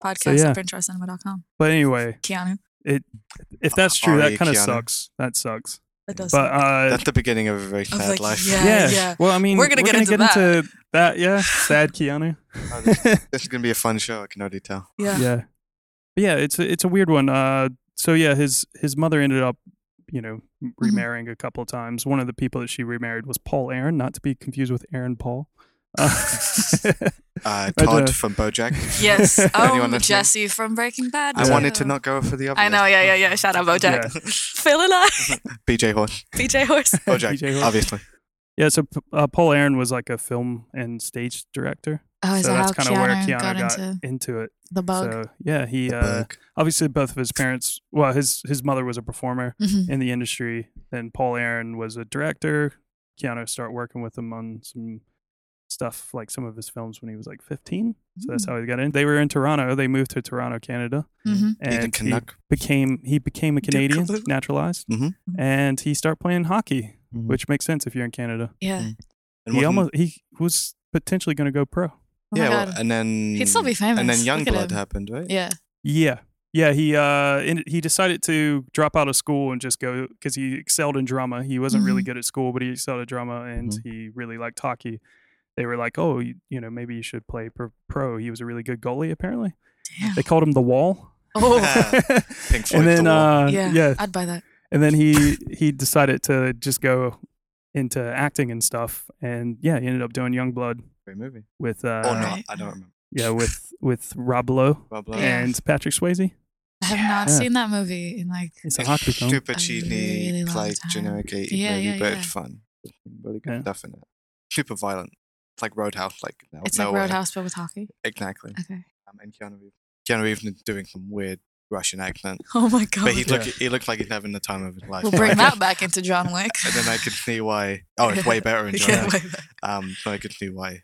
S2: podcast
S1: yeah.
S2: at printjarcinema.com.
S1: but anyway,
S2: Keanu.
S1: if that's true, that
S3: R.E.
S1: kind of
S3: Keanu.
S1: sucks. That sucks.
S2: That does.
S1: But uh,
S3: That's the beginning of a very sad
S2: like,
S3: life.
S2: yeah.
S1: yeah, Well, I mean,
S2: We're gonna get into that.
S1: into that. Yeah, sad Keanu.
S3: Oh, this, this is gonna be a fun show. I can already tell.
S2: yeah.
S1: yeah But yeah it's a, it's a weird one uh so yeah his his mother ended up you know m-
S2: Mm-hmm.
S1: remarrying a couple of times one of the people that she remarried was paul aaron not to be confused with aaron paul Uh,
S3: Uh,
S1: I
S3: Todd
S1: dunno.
S3: from BoJack.
S2: Yes.
S3: Anyone
S2: Oh,
S3: listening?
S2: Jesse from Breaking Bad.
S3: I
S2: too.
S3: wanted to not go for the other.
S2: I know.
S3: one.
S2: Yeah, yeah, yeah. Shout out BoJack. Phil and I.
S3: BJ Horse.
S2: BJ Horse.
S3: BoJack.
S1: BJ Horse.
S3: Obviously.
S1: yeah so p- uh, paul aaron was like a film and stage director
S2: Oh,
S1: so that's kind of where keanu got, into, it
S2: the
S1: so yeah he
S3: The
S1: uh,
S3: bug.
S1: obviously both of his parents well his his mother was a performer
S2: Mhm.
S1: in the industry. Then Paul Aaron was a director. Keanu started working with him on some stuff, like some of his films when he was like 15. So that's
S2: Mm.
S1: how he got in. They were in Toronto. They moved to Toronto, Canada,
S2: Mhm.
S3: He's a
S1: and he
S3: Canuck.
S1: became he became a Canadian,
S3: Canada.
S1: naturalized,
S3: Mhm.
S1: and he started playing hockey,
S3: Mhm.
S1: which makes sense if you're in Canada.
S2: Yeah. Oh
S3: Mm.
S1: He
S3: And wasn't-
S1: almost he was potentially going to go pro.
S2: Oh my
S3: yeah, well,
S2: God.
S3: and then
S2: He'd still be famous.
S3: And then
S2: Look at
S3: Youngblood
S2: him.
S3: happened, right?
S2: Yeah.
S1: Yeah. Yeah, he uh in, he decided to drop out of school and just go because he excelled in drama. He wasn't really good at school, but he excelled at drama and
S3: Mhm.
S1: he really liked hockey. They were like, "Oh, you, you know, maybe you should play pro, pro." He was a really good goalie, apparently.
S2: Damn.
S1: They called him the Wall,
S2: Oh,
S3: Pink Floyd.
S1: and then
S3: the Wall.
S1: uh,
S2: yeah.
S1: yeah.
S2: I'd buy that.
S1: and then he he decided to just go into acting and stuff. And yeah, he ended up doing Youngblood
S3: Great movie.
S1: with uh,
S3: or not?
S2: Right.
S3: I don't remember.
S1: yeah with with Rob Lowe
S3: Blah, blah.
S2: Yeah.
S1: and Patrick Swayze.
S2: I have not
S1: Yeah.
S2: seen that movie in like.
S1: It's a hockey film.
S3: Super
S2: A
S3: cheesy,
S2: really long
S3: like
S2: time.
S3: generic 80s
S2: Yeah,
S3: movie,
S2: yeah,
S3: but
S2: yeah.
S3: it's fun. There's some Really good
S1: Yeah.
S3: stuff in it. Super violent. It's like Roadhouse, like no,
S2: It's
S3: no
S2: like
S3: way.
S2: Roadhouse, Uh, but with hockey.
S3: Exactly.
S2: Okay.
S3: Um, and Keanu Reeves. Keanu Reeves is doing some weird Russian accent,
S2: Oh my God.
S3: but he's
S1: Yeah.
S3: look, he looks like he's having the time of his life.
S2: We'll
S3: So I
S2: bring
S3: can-
S2: that back into John Wick.
S3: And then I can see why. Oh, it's way better in John
S2: yeah,
S3: Wick.
S2: way back.
S3: Um, so I can see why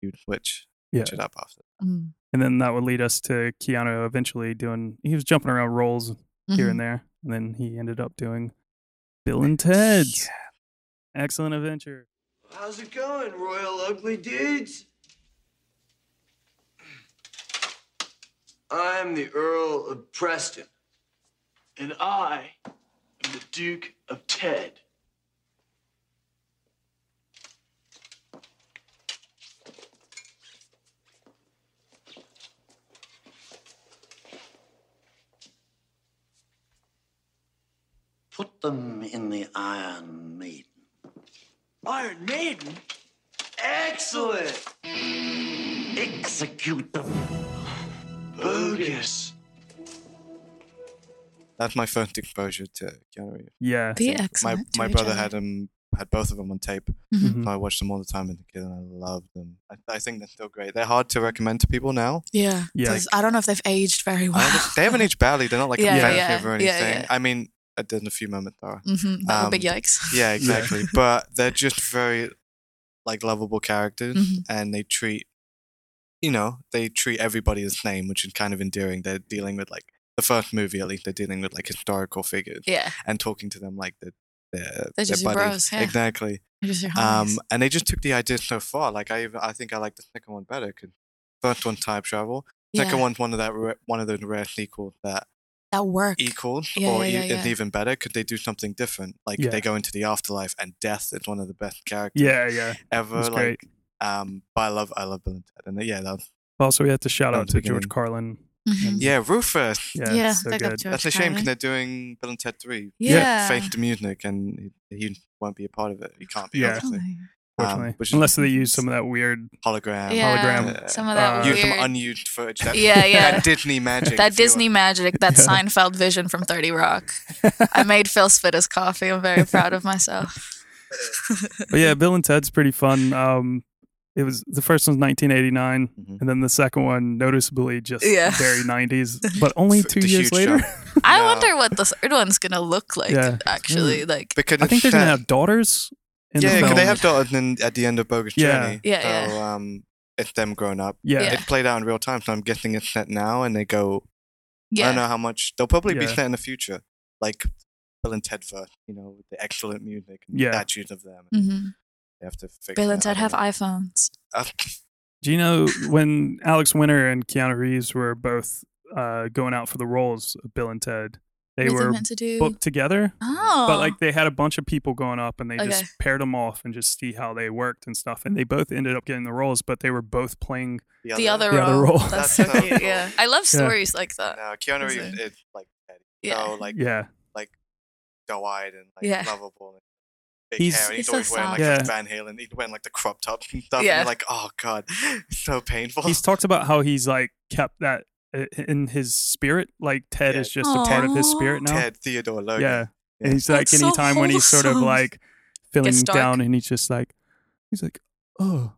S3: you'd switch
S1: Yeah.
S3: switch it up after.
S2: Mm.
S1: and then that would lead us to Keanu eventually doing. He was jumping around roles here
S2: Mm-hmm.
S1: and there, and then he ended up doing Bill and Ted's Excellent Adventure.
S4: How's it going, royal ugly dudes? I'm the Earl of Preston.
S5: And I am the Duke of Ted.
S4: Put them in the Iron Maiden.
S5: Iron Maiden? Excellent!
S4: Execute them.
S5: Bogus.
S3: That's my first exposure to Keanu Reeves.
S1: Yeah,
S2: Mm-hmm. Be
S3: think My
S2: excellent. to
S3: my
S2: each
S3: brother
S2: other.
S3: had him had both of them on tape.
S2: Mhm.
S1: Mhm.
S3: I watched them all the time as a kid, and I loved them. I, I think they're still great. They're hard to recommend to people now.
S2: Yeah.
S1: Yeah.
S2: 'cause I don't know if they've aged very
S3: I
S2: well.
S3: don't- they haven't aged badly. They're not like
S2: Yeah,
S3: offensive
S2: yeah,
S3: or
S2: yeah,
S3: anything.
S2: yeah.
S3: I mean, uh, there's a few moments there.
S2: hmm That were
S3: Um,
S2: big yikes.
S3: Yeah, exactly. but they're just very like lovable characters,
S2: Mhm.
S3: and they treat you know they treat everybody as name, which is kind of endearing. They're dealing with like the first movie, at least they're dealing with like historical figures
S2: Yeah.
S3: and talking to them like they're they're,
S2: They're just your
S3: buddies.
S2: bros, yeah.
S3: Exactly.
S2: Just your homies.
S3: Um, and they just took the idea so far. Like I, even, I think I like the second one better because first one's time travel. Second
S2: Yeah.
S3: one's one of that ra- one of those rare sequels that
S2: That worked.
S3: equals
S2: Yeah,
S3: or
S2: yeah,
S3: e-
S2: yeah,
S3: is
S2: yeah.
S3: even better. Could they do something different? Like
S1: Yeah.
S3: they go into the afterlife and death is one of the best characters
S1: yeah, yeah. It
S3: ever.
S1: was
S3: like,
S1: great.
S3: um, but I love I love Bill and Ted, and uh, yeah, that was,
S1: Also, we have to shout
S3: That
S1: out
S3: was
S1: to
S3: beginning.
S1: George Carlin.
S2: Mhm.
S3: yeah, Rufus.
S1: Yeah,
S2: Yeah,
S1: it's so
S2: big up
S1: good.
S2: George
S3: That's a shame because
S2: Carlin.
S3: they're doing Bill and Ted three.
S2: Yeah.
S3: Face the music, and he, he won't be a part of it. He can't be.
S1: Yeah.
S3: obviously.
S1: Fortunately,
S3: Um, which is-
S1: unless they use some of that weird.
S3: Hologram.
S2: Yeah,
S1: hologram.
S2: Some of that
S1: Uh,
S3: use
S2: weird.
S3: some unused footage. That,
S2: Yeah, yeah.
S3: That Disney magic.
S2: that
S3: if you will.
S2: Disney magic, that
S1: Yeah.
S2: Seinfeld vision from 30 Rock. I made Phil spit his coffee. I'm very proud of myself.
S1: But yeah, Bill and Ted's pretty fun. Um, it was the first one's 1989,
S3: Mhm.
S1: and then the second one noticeably just
S2: Yeah.
S1: very 90s. But only
S3: F-
S1: two
S3: the
S1: years
S3: huge
S1: later,
S3: jump.
S2: I
S3: Yeah.
S2: wonder what the third one's going to look like,
S1: Yeah.
S2: actually. Like,
S3: Because
S1: I think they're
S3: it's
S1: gonna
S3: set-
S1: have daughters. In
S3: yeah,
S1: the
S3: because
S1: film.
S3: they have daughters in, at the end of Bogus
S1: Yeah.
S3: Journey.
S2: Yeah,
S3: so, um, it's them grown up.
S1: Yeah,
S2: Yeah.
S1: yeah,
S3: It played out in real time, so I'm guessing it's set now, and they go. I don't
S2: yeah.
S3: know how much they'll probably be
S1: Yeah.
S3: set in the future, like Bill and Ted first, you know, with the excellent music and
S1: Yeah.
S3: statues of them.
S2: hmm
S3: They have to figure
S2: Bill
S3: it
S2: and
S3: out.
S2: Ted have iPhones.
S3: Uh,
S1: Do you know when Alex Winter and Keanu Reeves were both uh, going out for the roles of Bill and Ted? They
S2: What are
S1: were
S2: meant to do.
S1: booked together,
S2: oh.
S1: but like they had a bunch of people going up, and they
S2: Okay.
S1: just paired them off and just see how they worked and stuff. And they both ended up getting the roles, but they were both playing.
S2: the other uh,
S1: The
S2: role.
S1: other role.
S2: That's
S3: That's
S2: so
S3: so
S2: cute. Yeah. I love
S1: Yeah.
S2: stories like that.
S3: No, Keanu
S2: Is
S3: Reeves is like Ted.
S2: Yeah.
S3: So like
S1: Yeah,
S3: doe-eyed and like
S2: Yeah.
S3: lovable. And big
S1: He's-
S3: hair. And he's,
S2: He's so
S3: always wearing like
S1: soft.
S3: the Van Halen. He's wearing like the crop tops and stuff. And
S2: Yeah.
S3: you're like, oh god, so painful.
S1: he's talked about how he's like kept that uh, in his spirit. Like Ted
S3: Yeah.
S1: is just a part of his
S2: Aw.
S1: spirit now.
S3: Ted Theodore Logan.
S1: Yeah.
S3: Yeah.
S1: And he's like,
S2: That's so
S1: anytime when he's sort of
S2: wholesome.
S1: like feeling
S2: Gets dark.
S1: down and he's just like, he's like, oh,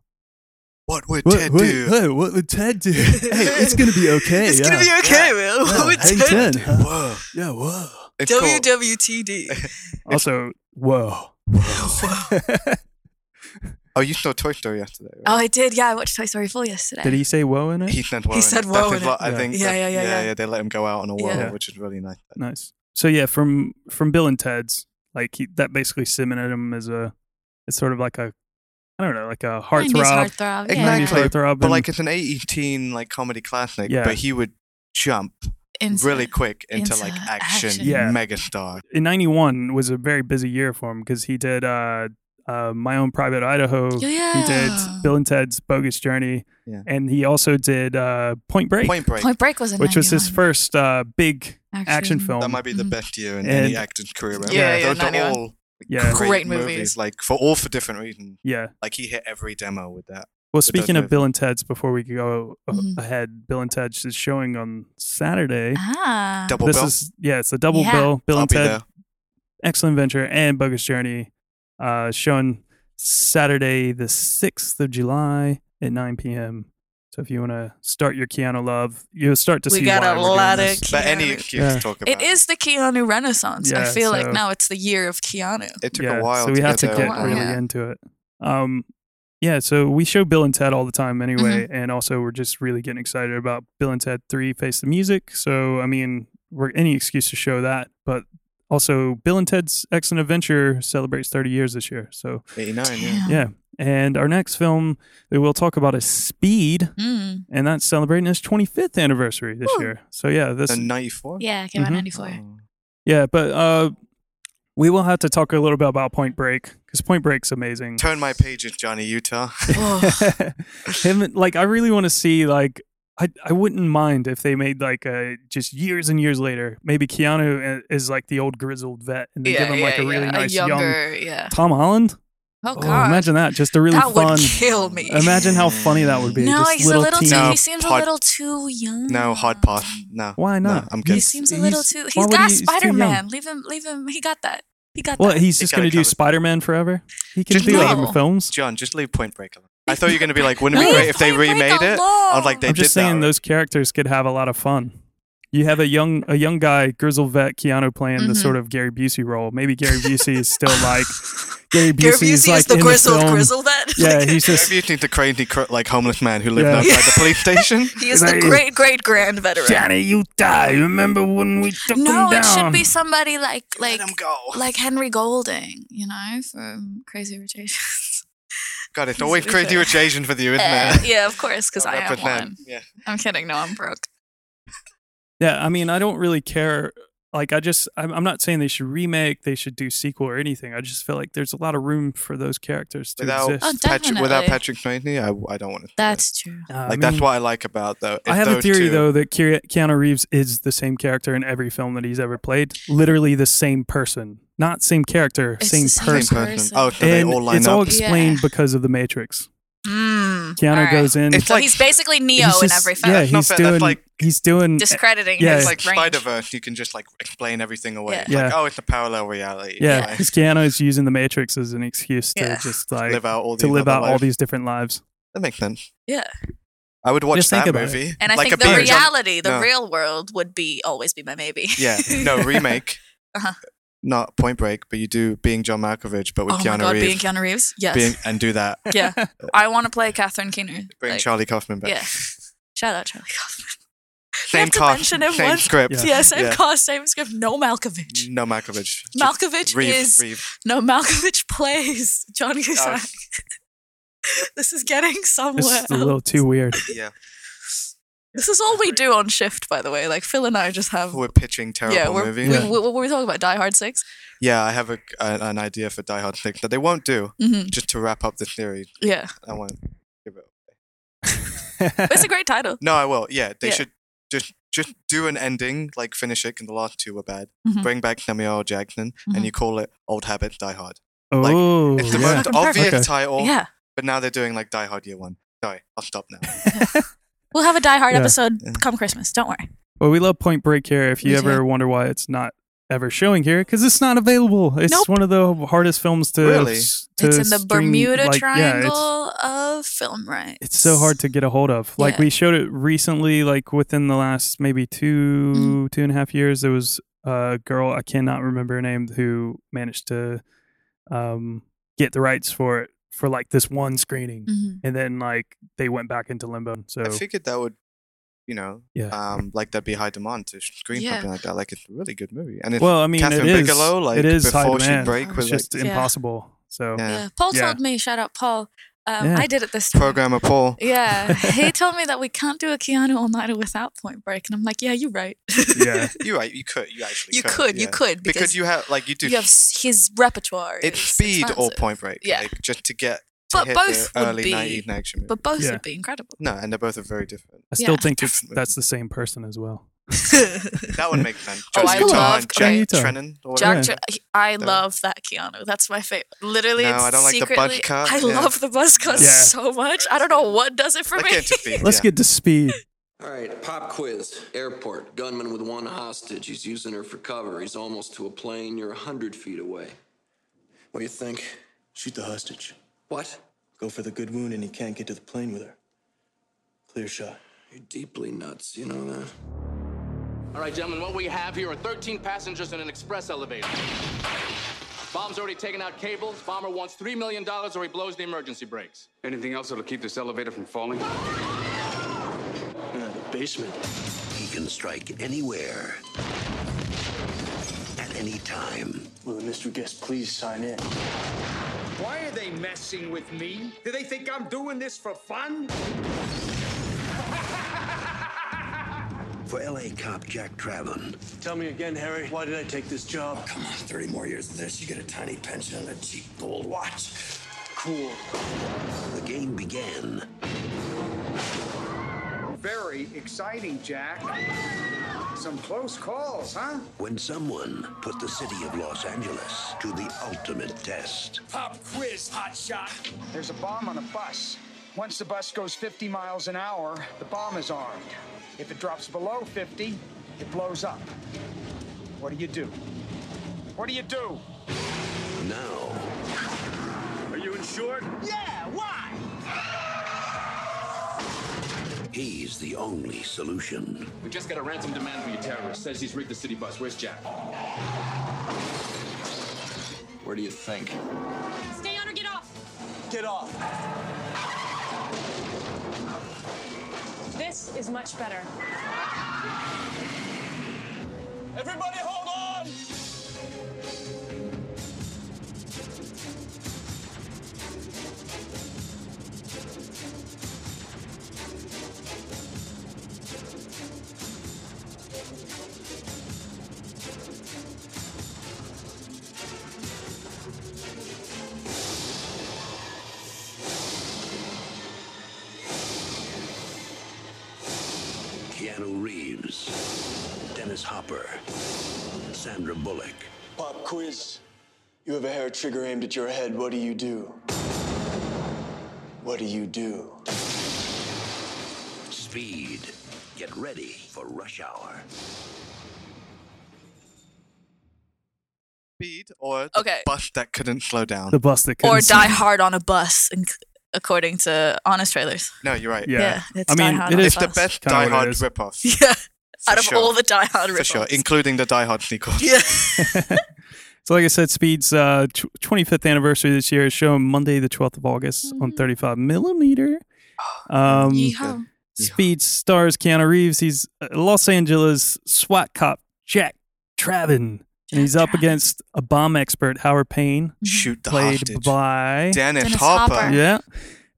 S3: What would
S1: what,
S3: Ted
S1: what,
S3: do?
S1: hey, what would Ted do? hey, it's going to be okay.
S2: It's
S1: yeah.
S2: going to be okay, Will.
S1: Yeah,
S2: What would
S1: hey,
S2: Ted
S1: Ted,
S3: Dude,
S1: huh?
S3: Whoa.
S1: Yeah, whoa.
S3: It's cool.
S2: WWTD.
S1: Also, whoa.
S3: Oh, you saw Toy Story yesterday.
S2: Oh,
S3: Right?
S2: I did. Yeah, I watched Toy Story 4 yesterday.
S1: Did he say whoa in it?
S3: He said whoa. in
S2: said
S3: it.
S2: whoa
S3: That's
S2: in
S3: his
S2: it.
S3: lo- I
S1: Yeah.
S3: think
S2: Yeah,
S3: that-
S2: yeah, yeah, yeah.
S3: They let him go out on a whirl,
S1: Yeah.
S3: which is really nice.
S1: nice. So yeah, from from Bill and Ted's, like he, that basically cemented him as a, it's sort of like a, I don't know, like a heartthrob.
S2: Heartthrob.
S3: Exactly.
S2: Yeah.
S1: 90s heartthrob.
S3: But
S1: and-
S3: like, it's an 18 like comedy classic.
S1: Yeah.
S3: But he would jump
S2: Into-
S3: really quick into,
S2: into
S3: like action,
S2: action.
S1: Yeah.
S3: megastar.
S1: in 91 was a very busy year for him because he did uh, uh, My Own Private Idaho. He did
S2: Oh, Yeah.
S1: Bill and Ted's Bogus Journey.
S3: Yeah.
S1: And he also did uh, Point Break,
S3: Point Break.
S2: Point Break was in
S1: which was his
S2: 91.
S1: first uh, big action film.
S3: That might be the
S2: Mhm.
S3: best year in
S1: Um, And-
S3: any actor's career. Right?
S2: Yeah, yeah,
S3: those are
S2: 91.
S3: all
S1: Yeah.
S3: great,
S2: Great
S3: movies.
S2: movies.
S3: Like for all for different reasons.
S1: yeah.
S3: Like he hit every demo with that.
S1: Well,
S3: does
S1: speaking of
S3: move.
S1: Bill and Ted's, before we go uh,
S2: Mhm.
S1: ahead, Bill and Ted's is showing on Saturday.
S2: Ah.
S3: Double
S1: this
S3: bill.
S1: is yeah, it's a double
S2: Yeah.
S1: bill. Bill
S3: I'll
S1: and
S3: be
S1: Ted,
S3: there.
S1: Excellent Venture, and Bogus Journey, uh, shown Saturday the sixth of July at nine p.m. So if you want to start your Keanu love, you'll start to
S2: We
S1: see
S2: got
S1: why
S2: a
S1: we're doing
S2: lot
S1: this.
S2: of
S3: But any
S2: Keanu.
S3: excuse
S1: Yeah.
S3: to talk about
S2: It is the Keanu Renaissance. I
S1: Yeah,
S2: feel like
S1: so-
S2: now it's the year of Keanu.
S3: It took
S1: yeah,
S3: a while.
S1: So we have
S2: get
S1: to
S2: there.
S1: get
S2: Wow.
S1: really
S2: Yeah.
S1: into it. Um, Yeah, so we show Bill and Ted all the time anyway, and also we're just really getting excited about Bill and Ted Three: Face the Music. So I mean, we're any excuse to show that, but also Bill and Ted's Excellent Adventure celebrates 30 years this year. So
S3: 89, yeah.
S2: Damn.
S1: yeah, and our next film that we'll talk about is Speed,
S2: Mm.
S1: and that's celebrating its 25th anniversary this
S2: Ooh.
S1: year. So yeah, this
S3: So 94?
S2: Yeah, it came
S1: Mhm.
S2: out in 94.
S3: Oh.
S1: yeah, but uh, we will have to talk a little bit about Point Break because Point Break's amazing.
S3: Turn my pages, Johnny Utah.
S2: Oh.
S1: him like i really want to see like I, I wouldn't mind if they made like a just years and years later maybe keanu i- is like the old grizzled vet and they give him like a really nice young
S2: younger, yeah.
S1: tom holland
S2: Oh,
S1: Oh,
S2: God.
S1: imagine that just a really
S2: that
S1: fun
S2: would kill me.
S1: imagine how funny that would be
S2: no,
S1: just
S2: he's a little too.
S1: teen-
S3: No,
S2: he seems a
S3: pod-
S2: little too young.
S3: No, hot pot. No.
S1: why
S3: No,
S1: not
S3: I'm
S2: He
S3: kidding.
S1: He's-
S2: seems a little
S1: he's-
S2: too.
S1: why
S2: He's
S1: would
S2: got
S1: he's too young?
S2: Spider Man. Leave him. Leave him. He got that. He got
S1: well
S2: that.
S1: he's
S3: He
S1: just
S3: got it
S1: gonna do
S3: covered.
S1: spider-man forever he can
S3: Just
S1: do
S2: leave-
S1: other films
S3: John, just leave Point Break alone. I thought you were going to be like, wouldn't it be
S2: Leave
S3: great if they
S2: Point Break
S3: remade it? I was like,
S2: alone.
S3: they
S1: i'm
S3: did
S1: just saying
S3: that.
S1: those characters could have a lot of fun you have a young a young guy grizzled vet keanu playing the
S2: Mhm.
S1: sort of gary busey role maybe gary busey is still like Gary Busey, is like in the film.
S2: that.
S1: Yeah, he's just
S3: Maybe you think the crazy, cr- like, homeless man who lived
S1: Yeah.
S3: outside the police station?
S2: he is
S1: Like-
S2: the great, great grand veteran.
S1: Johnny, you die. Remember when we took
S2: no,
S1: him down?
S2: it should be somebody like like
S3: Let him go.
S2: like Henry Golding, you know, from Crazy Rich Asians.
S3: God, it's
S2: He's
S3: always
S2: with
S3: crazy
S2: her.
S3: rich Asian with you, isn't
S2: Uh,
S3: it?
S2: yeah, of course, because
S3: I'll
S2: I am
S3: Oh, represent.
S2: one.
S3: Yeah.
S2: I'm kidding. No, I'm broke.
S1: Yeah, I mean, I don't really care. Like, I just, I'm, I'm not saying they should remake, they should do sequel or anything. I just feel like there's a lot of room for those characters to
S3: Without-
S1: exist.
S2: Oh,
S3: Patrick, without
S2: definitely.
S3: Patrick Swayze, I, I don't want to.
S2: That's true.
S1: Uh, I
S3: like that's
S1: mean,
S3: what I like about though.
S1: I
S3: is
S1: have a
S3: those
S1: theory
S3: two-
S1: though that Keanu Keanu Reeves is the same character in every film that he's ever played. Literally the same person, not same character,
S2: It's
S1: same
S2: the same
S1: person.
S3: Same person.
S2: person.
S3: Oh, so
S1: And
S3: they all line
S1: it's
S3: up.
S1: all explained
S2: Yeah.
S1: because of the Matrix.
S2: Mm,
S1: Keanu
S2: all right.
S1: goes in.
S3: It's
S2: So
S3: like-
S2: he's basically Neo
S1: he's
S2: in
S1: just-
S2: every film,
S1: Yeah,
S3: That's not
S1: he's
S3: fair, that's
S1: doing.
S3: like-
S1: he's doing.
S2: discrediting
S1: Yeah.
S2: his
S3: It's like
S2: range.
S3: Spider Verse. You can just like explain everything away.
S2: Yeah.
S3: It's like,
S1: Yeah.
S3: oh, it's a parallel reality.
S1: Yeah,
S3: Like,
S1: because Keanu is using the Matrix as an excuse to
S2: Yeah.
S1: just like
S3: live out all
S1: to
S3: these
S1: live
S3: other
S1: out all
S3: lives.
S1: these different lives.
S3: That makes sense.
S2: Yeah.
S3: I would watch
S1: Just think
S3: that
S1: about it.
S3: movie.
S2: And I
S3: like
S2: think
S3: a
S2: the
S3: binge on-
S2: reality, the
S3: no.
S2: real world, would be always be my maybe.
S3: Yeah. No remake.
S2: Uh-huh.
S3: Not Point Break, but you do being John Malkovich, but with
S2: oh my
S3: Keanu
S2: god,
S3: Reeves.
S2: being Keanu Reeves. Yes.
S3: Being- and do that.
S2: yeah. I want to play Catherine Keener.
S3: Bring
S2: Like,
S3: Charlie Kaufman back.
S2: Yeah. Shout out Charlie Kaufman.
S3: Same
S2: have to
S3: cast,
S2: mention it
S3: same
S2: once.
S3: script.
S1: Yeah.
S2: Yeah, same
S3: Yeah.
S2: cast, same script. No Malkovich.
S3: No Malkovich. Just
S2: Malkovich
S3: Reeve,
S2: is
S3: Reeve.
S2: no Malkovich plays Johnny
S3: Oh,
S2: Cusack. this is getting somewhere.
S1: It's just a little
S2: else.
S1: too weird.
S3: yeah.
S2: This is all we do on shift, by the way. Like Phil and I just have.
S3: We're pitching terrible
S2: yeah, we're,
S3: movies.
S2: we,
S1: Yeah.
S2: we, what were we talking about? Die Hard Six.
S3: Yeah, I have a, a, an idea for Die Hard 6 that they won't do.
S2: Mm-hmm.
S3: Just to wrap up the theory,
S2: Yeah,
S3: I won't give it.
S2: it's a great title.
S3: No, I will. Yeah, they
S2: Yeah.
S3: should just just do an ending, like finish it, and the last two were bad.
S2: Mhm.
S3: Bring back Samuel L. Jackson,
S2: Mm-hmm.
S3: and you call it Old Habits Die Hard. Like,
S1: oh,
S3: It's the
S1: yeah.
S3: most
S2: Fucking perfect.
S3: obvious
S1: Okay.
S3: title,
S2: Yeah,
S3: but now they're doing like Die Hard Year One. Sorry, I'll stop now.
S2: we'll have a Die Hard
S1: Yeah.
S2: episode
S3: Yeah.
S2: come Christmas. Don't worry.
S1: well, we love Point Break here. If you
S2: We
S1: ever
S2: do.
S1: wonder why it's not ever showing here, because it's not available. It's
S2: Nope.
S1: one of the hardest films to.
S3: Really?
S1: s- to
S2: It's in the
S1: stream,
S2: Bermuda
S1: like, Yeah,
S2: Triangle
S1: it's-
S2: of film rights.
S1: it's so hard to get a hold of. Like
S2: Yeah.
S1: we showed it recently, like within the last maybe two
S2: Mm.
S1: two and a half years, there was a girl I cannot remember her name who managed to um, get the rights for it for like this one screening,
S2: Mhm.
S1: and then like they went back into limbo. So
S3: I figured that would, you know,
S1: Yeah.
S3: um, like that'd be high demand to screen
S2: Yeah.
S3: something like that. Like it's a really good movie, and it's
S1: well, I mean,
S3: Catherine
S1: it is
S3: Bigelow, like
S1: it is high
S3: before she
S1: demand.
S3: break
S1: It's
S3: was
S1: just
S2: Yeah.
S1: impossible. So
S3: like,
S2: Yeah.
S3: yeah.
S2: Paul
S1: Yeah.
S2: told me, shout out Paul. Um,
S1: Yeah.
S2: I did it this time.
S3: programmer Paul.
S2: Yeah, he told me that we can't do a Keanu all nighter without Point Break, and I'm like, yeah, you're right.
S1: yeah,
S3: You right, you could, you actually
S2: you
S3: could,
S2: could, you
S3: yeah.
S2: could, because,
S3: because you have like you do
S2: you have s- his repertoire.
S3: it's
S2: is
S3: speed or
S2: expansive.
S3: Point Break,
S2: Yeah.
S3: like, just to get to
S2: But
S3: hit
S2: both
S3: the
S2: would
S3: early
S2: be-
S3: 90s action movies.
S2: But both
S1: Yeah.
S2: would be incredible.
S3: No, and they're both are very different.
S1: I still
S2: Yeah.
S1: think it's that's the same person as well.
S3: That would make sense.
S2: Oh,
S3: John
S2: I
S3: Utah
S2: love
S3: and
S1: John
S3: Jack
S1: Utah.
S3: Trennan. Or whatever.
S2: Jack,
S1: Yeah.
S2: Ch- I love that Keanu. That's my favorite. Literally,
S3: No,
S2: it's
S3: I don't like the buzz
S2: secretly,
S3: cut,
S2: I
S3: yeah.
S2: love the buzz cut
S1: Yeah.
S2: so much. I don't know what does it for
S3: That
S2: me.
S3: can't just be-
S1: Let's
S3: yeah.
S1: get to speed.
S6: All right, pop quiz. Airport. Gunman with one hostage. He's using her for cover. He's almost to a plane. You're 100 feet away.
S7: What do you think? Shoot the hostage.
S6: What?
S7: Go for the good wound and he can't get to the plane with her. Clear shot.
S6: You're deeply nuts, you know that?
S8: All right, gentlemen, what we have here are 13 passengers in an express elevator. Bomb's already taken out cables. Bomber wants $3 million or he blows the emergency brakes.
S9: Anything else that'll keep this elevator from falling?
S7: Yeah, the basement.
S10: He can strike anywhere, at any time.
S7: Will the mystery guest please sign in?
S11: Why are they messing with me? Do they think I'm doing this for fun?
S10: For LA cop Jack Travon.
S7: Tell me again, Harry, why did I take this job?
S10: Oh, come on, 30 more years of this, you get a tiny pension and a cheap gold watch.
S7: Cool.
S10: The game began.
S11: Very exciting, Jack. Some close calls, huh?
S10: When someone put the city of Los Angeles to the ultimate test.
S11: Pop quiz, hotshot. There's a bomb on a bus. Once the bus goes 50 miles an hour, the bomb is armed. If it drops below 50, it blows up. What do you do? What do you do?
S10: Now,
S7: Are you insured?
S11: Yeah, why?
S10: he's the only solution.
S8: We just got a ransom demand from your terrorist. Says he's rigged the city bus. Where's Jack?
S6: Where do you think?
S2: Stay on or get off.
S7: Get off.
S2: This is much better.
S7: Everybody hold on!
S10: Keanu Reeves, Dennis Hopper, Sandra Bullock.
S7: Pop quiz. You have a hair trigger aimed at your head. What do you do? What do you do?
S10: Speed. Get ready for rush hour.
S3: Speed or the
S2: Okay.
S3: bus that couldn't slow down.
S1: The bus that
S2: Or
S1: couldn't
S2: Die
S1: see.
S2: Hard on a bus, inc- according to honest trailers.
S3: No, you're right.
S1: Yeah,
S2: Yeah, it's
S1: I
S2: Die
S1: mean
S2: Hard
S1: it
S2: on a
S1: is
S3: It's the
S2: Bus.
S3: best
S1: Kinda
S3: Die
S1: what it
S3: Hard
S1: is.
S3: ripoff.
S2: Yeah, out of
S3: sure.
S2: all the Die Hard
S3: For sure,
S2: ripoffs.
S3: including the Die Hard sequel.
S2: yeah.
S1: So, like I said, Speed's uh, tw 25th anniversary this year is shown Monday, the 12th of August, on 35 millimeter.
S3: Oh,
S1: Um,
S2: Mm-hmm. Yeehaw.
S1: Speed stars Keanu Reeves. He's a Los Angeles SWAT cop Jack Travin, and he's up
S2: Jack Travin.
S1: against a bomb expert Howard Payne,
S3: Shoot the
S1: played
S3: hostage.
S1: by
S3: Dennis,
S2: Dennis
S3: Hopper.
S2: Hopper.
S1: yeah,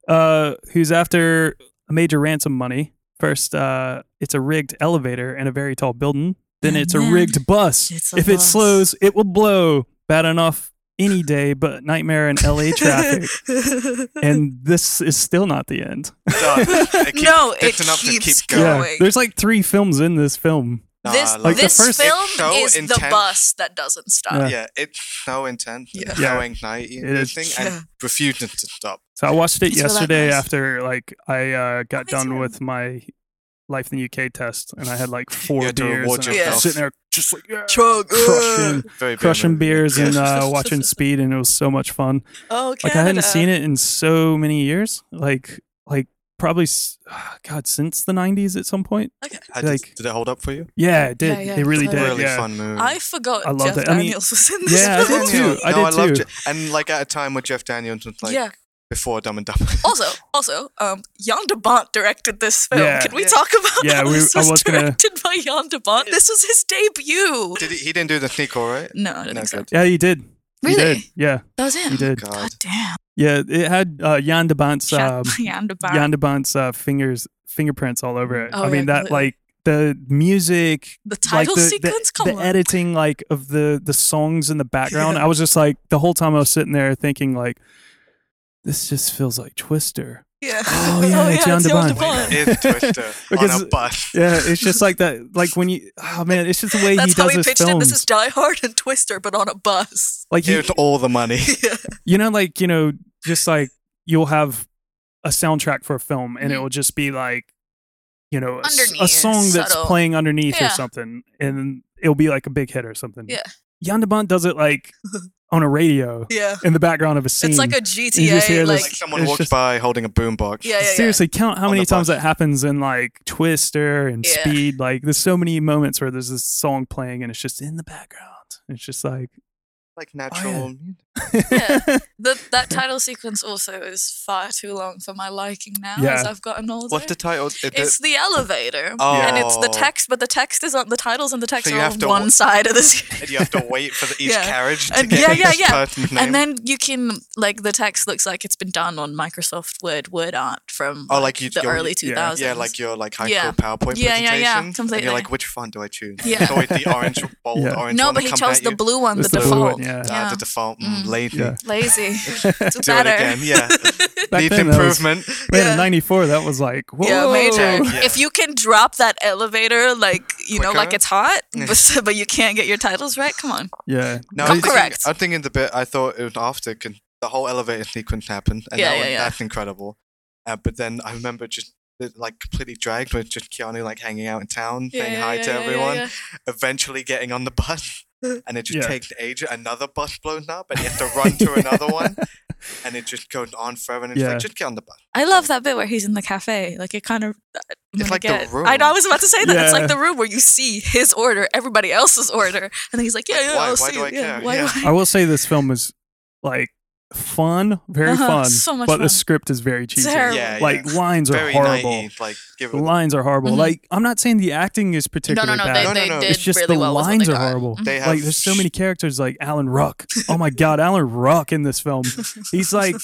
S1: uh, who's after a major ransom money. First, uh, it's a rigged elevator and a very tall building. Then
S2: And
S1: it's a
S2: then
S1: rigged bus.
S2: it's a
S1: if it
S2: bus.
S1: slows, it will blow. Bad enough any day, but nightmare in LA traffic. and this is still not the end.
S3: Done. It keeps-
S2: No, it
S3: it's enough
S2: keeps
S3: to keep
S2: going.
S3: going.
S1: Yeah, there's like three films in this film.
S3: Nah,
S2: this
S1: uh,
S3: like
S1: the
S2: this
S1: first-
S2: film
S3: It's so
S2: is the
S3: intense.
S2: bus that doesn't stop.
S3: yeah, it's so intense, and
S2: Yeah.
S3: so
S1: Yeah.
S3: anxiety
S1: It is.
S3: inducing, and
S2: Yeah.
S3: refuses to stop.
S1: So I watched it
S2: It's
S1: yesterday
S2: relentless.
S1: after like I uh, got
S2: Nice
S1: done
S2: one.
S1: with my life in the UK test, and I had like four
S3: You had to
S1: beers.
S3: reward
S1: and I was
S2: yourself.
S1: Sitting there, just like yeah,
S2: Chug,
S1: crushing,
S3: Very bad
S1: crushing
S3: movie.
S1: beers
S3: Yeah.
S1: and uh, watching Speed, and it was so much fun.
S2: Oh,
S1: Like I hadn't seen it in so many years. Like like probably s- God since the '90s at some point.
S3: How did,
S1: like-
S3: did it hold up for you?
S1: Yeah, it did.
S2: Yeah, yeah,
S1: it really
S2: totally.
S1: did.
S3: really
S1: yeah.
S3: fun movie.
S2: I forgot
S1: I love
S2: Jeff
S1: that. I mean-
S2: Daniels was in this.
S1: Yeah, I did
S2: film.
S1: too. I
S3: no,
S1: did
S3: I loved
S1: too.
S3: it. And like at a time where Jeff Daniels was like
S2: Yeah. Oh.
S3: before Dumb and Dumber.
S2: Also, also, um, Jan de Bont directed this film.
S1: Yeah.
S2: Can we
S3: Yeah.
S2: talk about
S1: Yeah,
S2: how
S1: we-
S2: this
S1: I
S2: was,
S1: was gonna-
S2: directed by Jan de Bont? This was his debut.
S3: did he, he didn't do the sequel, right?
S2: No, I don't
S3: No,
S2: think so.
S3: good.
S1: Yeah, he did. He
S2: Really?
S1: did. Yeah,
S2: That was him.
S1: he did.
S3: God.
S2: God damn.
S1: Yeah, it had uh, Jan de Bont's um,
S2: Shut- Jan de Bont.
S1: Yandabant's uh, fingers fingerprints all over it.
S2: Oh,
S1: I mean
S2: yeah,
S1: that
S2: completely.
S1: like the music,
S2: the
S1: like
S2: title
S1: the,
S2: sequence.
S1: the,
S2: Come
S1: the
S2: on.
S1: editing, like of the the songs in the background. I was just like the whole time I was sitting there thinking like, this just feels like Twister.
S2: Yeah.
S1: Oh, yeah, it's Jan de Bont.
S2: Bont.
S3: It's Twister on
S1: Because-
S3: a bus.
S1: Yeah, it's just like that. Like when you, oh man, it's just the way he
S2: That's how
S1: does
S2: we
S1: his
S2: pitched it.
S1: films.
S2: This is Die Hard and Twister, but on a bus.
S1: like he,
S3: Here's all the money.
S1: you know, like you know, just like you'll have a soundtrack for a film, and it
S2: Mhm.
S1: will just be like, you know, a, s- a
S2: Underneath,
S1: song that's
S2: subtle.
S1: playing underneath
S2: Yeah.
S1: or something, and it'll be like a big hit or something.
S2: Yeah.
S1: Yandabont does it like on a radio
S2: Yeah.
S1: in the background of a scene.
S2: It's like a
S1: hear
S2: GTA.
S1: this-
S2: Like,
S3: Like someone
S1: it's
S3: walks
S1: just-
S3: by holding a boombox.
S2: yeah, yeah, yeah.
S1: Seriously, count how
S3: On
S1: many
S3: the
S1: times
S3: bus.
S1: that happens in like Twister and
S2: Yeah.
S1: Speed. Like, oh, there's so many moments where there's this song playing and it's just in the background. It's just like
S3: like
S2: Oh,
S3: natural.
S2: yeah. The, that title sequence also is far too long for my liking now as
S3: Yeah.
S2: I've gotten older.
S3: What's the title? Is it-
S2: It's the elevator,
S3: Oh.
S2: and it's the text, but the text is on the titles and the text
S3: So you
S2: are
S3: have
S2: on
S3: to
S2: one
S3: wa-
S2: side of this.
S3: and you have to wait for the, each
S2: Yeah.
S3: carriage to
S2: And-
S3: get
S2: yeah, yeah,
S3: this
S2: yeah.
S3: person's name.
S2: And then you can like the text looks like it's been done on Microsoft Word word art from
S3: Oh, like you,
S2: the
S3: your-
S2: early two thousands.
S3: Yeah, like your like high school
S2: Yeah.
S3: PowerPoint
S2: Yeah, yeah, yeah,
S3: presentation. And
S2: completely.
S3: you're like, which font do I choose?
S2: Yeah.
S3: It's always the orange, bold
S1: Yeah.
S3: orange.
S2: no,
S3: one
S2: but
S3: that
S2: he
S3: comes
S2: chose
S3: at
S2: the
S3: you.
S2: blue one, the,
S1: It's the blue
S2: default.
S1: one, yeah.
S3: Ah,
S2: Yeah.
S3: the default mm, lazy.
S1: Yeah.
S2: Lazy. It's
S3: Do it
S2: better.
S3: again. Yeah.
S1: Back
S3: Needs
S1: then, that was-
S3: improvement.
S1: Man,
S2: Yeah.
S1: in '94, that was like, whoa.
S2: Yeah, major.
S3: Yeah.
S2: If you can drop that elevator, like you know, like
S3: Quicker?
S2: it's hot, but, but you can't get your titles right. Come on.
S1: Yeah.
S3: No,
S2: Come
S3: I'm thinking-
S2: correct.
S3: I'm thinking the bit I thought it was after con- the whole elevator sequence happened, and
S2: Yeah,
S3: that
S2: yeah,
S3: one-
S2: yeah.
S3: that's incredible. Uh, but then I remember just it, like completely dragged with just Keanu like hanging out in town, saying hi to everyone, eventually getting on the bus, and it just
S1: Yeah.
S3: takes ages. Another bus blows up, and you have to run to another one, and it just goes on forever. And it's
S1: Yeah.
S3: like just get on the bus.
S2: I love that bit where he's in the cafe. Like it kind of. uh, I'm gonna
S3: like the
S2: get-
S3: room.
S2: I know. I was about to say that. It's
S1: Yeah.
S2: like the room where you see his order, everybody else's order, and then he's like, "Yeah, yeah,
S3: why-
S2: I'll
S3: why
S2: see
S3: do
S2: you.
S3: I
S2: yeah,
S3: care?
S2: Why,
S3: Yeah.
S2: why?
S1: I will say this film is like fun, very
S2: Uh-huh,
S1: fun.
S2: so much
S1: but
S2: fun.
S1: the script is very cheesy.
S2: Terrible.
S3: Yeah, yeah.
S1: Like lines are
S3: Very
S1: horrible.
S3: naive, like give
S1: The
S3: it.
S1: lines are horrible.
S2: Mhm.
S1: Like I'm not saying the acting is particularly
S2: no, no,
S1: bad.
S2: they,
S3: No, no,
S2: they
S3: no.
S2: did
S1: it's just
S2: really
S1: the
S2: well with what
S1: lines
S2: they
S1: are
S2: got.
S1: horrible.
S3: They have
S1: Like there's so many characters like Alan Ruck. Oh my god, Alan Ruck in this film. He's like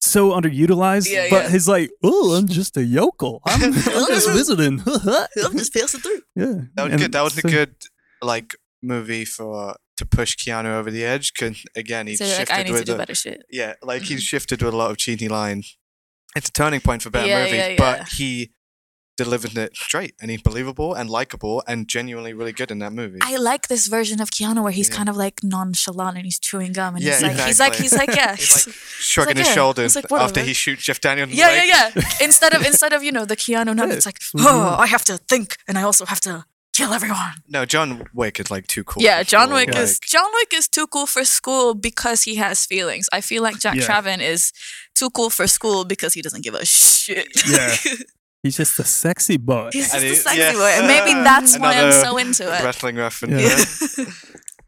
S1: so underutilized,
S2: Yeah,
S1: but
S2: yeah.
S1: he's like, oh, I'm just a yokel. I'm, I'm just visiting.
S2: I'm just passing through.
S1: yeah,
S3: That was
S1: And
S3: good. That was a
S1: so-
S3: good like movie for to push Keanu over the edge. Cause again, he
S2: So they're
S3: shifted
S2: like, I need
S3: with
S2: to do
S3: the-
S2: better Mm-hmm. shit.
S3: Yeah, like he shifted with a lot of cheesy lines. It's a turning point for better
S2: Yeah,
S3: movies,
S2: yeah, yeah.
S3: but he delivered it straight, and he's believable and likable and genuinely really good in that movie.
S2: I like this version of Keanu where he's
S3: Yeah.
S2: kind of like nonchalant and he's chewing gum and
S3: Yeah,
S2: he's like, he's like, he's
S3: exactly.
S2: like, yeah,
S3: He's like shrugging
S2: like,
S3: his
S2: yeah.
S3: shoulders
S2: It's like,
S3: after
S2: whatever.
S3: he shoots Jeff Daniels. in the
S2: Yeah,
S3: leg.
S2: yeah, yeah. Instead of instead of you know the Keanu now, it's like, oh, I have to think, and I also have to kill everyone.
S3: No, John Wick is like too cool.
S2: Yeah,
S3: for
S2: John
S3: school,
S2: Wick is
S3: like-
S2: John Wick is too cool for school because he has feelings. I feel like Jack
S1: Yeah.
S2: Travin is too cool for school because he doesn't give a shit.
S1: Yeah. He's just a sexy boy.
S2: he's just
S3: And
S2: a
S3: he-
S2: sexy
S3: yeah.
S2: boy, and maybe that's why I'm
S3: Another
S2: so into it.
S3: wrestling reference.
S1: Yeah.
S3: yeah.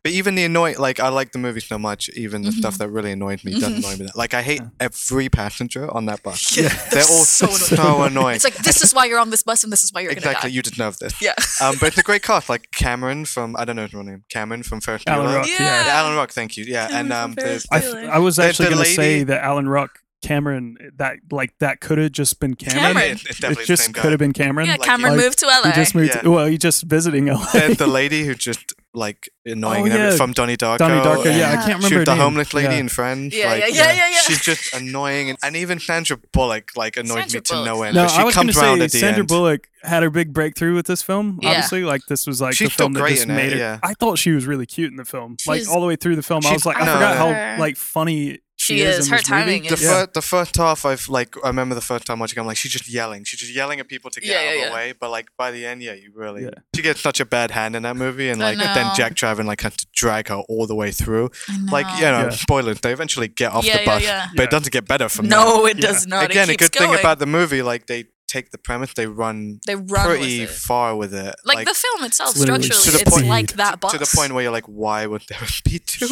S3: but even the annoy, like I like the movie so much. Even the stuff
S2: Mhm.
S3: that really annoyed me doesn't annoy me. That like I hate every passenger on that bus.
S2: Mm-hmm. Yeah,
S3: They're all so, annoying.
S2: It's like this is why you're on this bus, and this is why you're
S3: exactly,
S2: gonna
S3: you deserve this.
S2: die. Yeah.
S3: um, but it's a great cast. Like Cameron from I don't know his real name. Cameron from Ferris
S1: Alan
S3: Bueller.
S1: Rock,
S2: Yeah.
S1: yeah.
S3: Yeah, Alan Rock. Thank you. Yeah,
S2: Cameron
S3: and
S2: from
S3: um,
S2: Ferris
S3: the,
S1: I,
S2: Really?
S1: f- I was
S3: The-
S1: actually
S3: the
S1: going to say
S3: lady-
S1: that Alan Rock, Cameron, that like that could have just been Cameron.
S2: Cameron.
S3: It- it's
S1: It
S3: definitely the
S1: just
S3: same guy.
S1: could have been Cameron.
S2: Yeah,
S3: Like,
S2: Cameron
S1: like,
S2: moved to LA.
S1: he just moved.
S3: Yeah.
S1: well, he just visiting LA.
S3: There's the lady who just like annoying
S1: Oh,
S3: and everything
S1: yeah.
S3: from Donnie Darko.
S1: Donnie Darko.
S3: and
S1: Yeah, I can't remember
S3: Shoot
S1: her
S3: the
S1: name.
S3: homeless lady
S1: Yeah.
S3: in Friends.
S2: Yeah,
S3: like,
S2: yeah, yeah, yeah, yeah.
S3: She's just annoying, and, and even Sandra Bullock like annoyed
S2: Sandra
S3: me to no
S2: Bullock's
S3: end.
S1: No,
S3: but she
S1: I was going to
S3: comes round
S1: say
S3: at the
S1: Sandra
S3: end.
S1: Bullock had her big breakthrough with this film.
S2: Yeah.
S1: Obviously, like this was like
S3: She's
S1: the
S3: still
S1: film that
S3: great
S1: just
S3: in it,
S1: made it.
S3: yeah.
S1: I thought she was really cute in the film.
S2: She's-
S1: like all the way through the film, I
S3: She's-
S1: was like, I
S3: no.
S1: forgot
S2: Her.
S1: how like funny she,
S2: She
S1: is.
S2: is.
S1: in
S2: Her
S1: this movie.
S2: timing
S3: The,
S2: is-
S1: Yeah.
S3: fir- the first half, I've like I remember the first time watching. I'm like, she's just yelling. She's just yelling at people to get
S2: Yeah,
S3: out
S2: yeah,
S3: of the
S2: yeah.
S3: way. But like by the end, yeah, you really
S1: Yeah.
S3: she gets such a bad hand in that movie, and
S2: I
S3: like then
S2: know.
S3: Jack Travin like has to drag her all the way through. Like you know,
S1: Yeah.
S3: spoilers. They eventually get off
S2: Yeah,
S3: the
S2: yeah,
S3: bus,
S2: yeah.
S3: but it doesn't get better from that.
S2: no, it
S1: Yeah.
S2: does not.
S3: Again,
S2: Oh, it
S3: a
S2: keeps
S3: good thing
S2: going.
S3: about the movie, like they take the premise, they run
S2: they run with
S3: pretty
S2: it.
S3: far with it.
S2: like, the film itself
S1: It's literally
S2: structurally,
S3: to the
S2: it's
S3: point-
S2: like that bus
S3: to the point where you're like, why would there be two?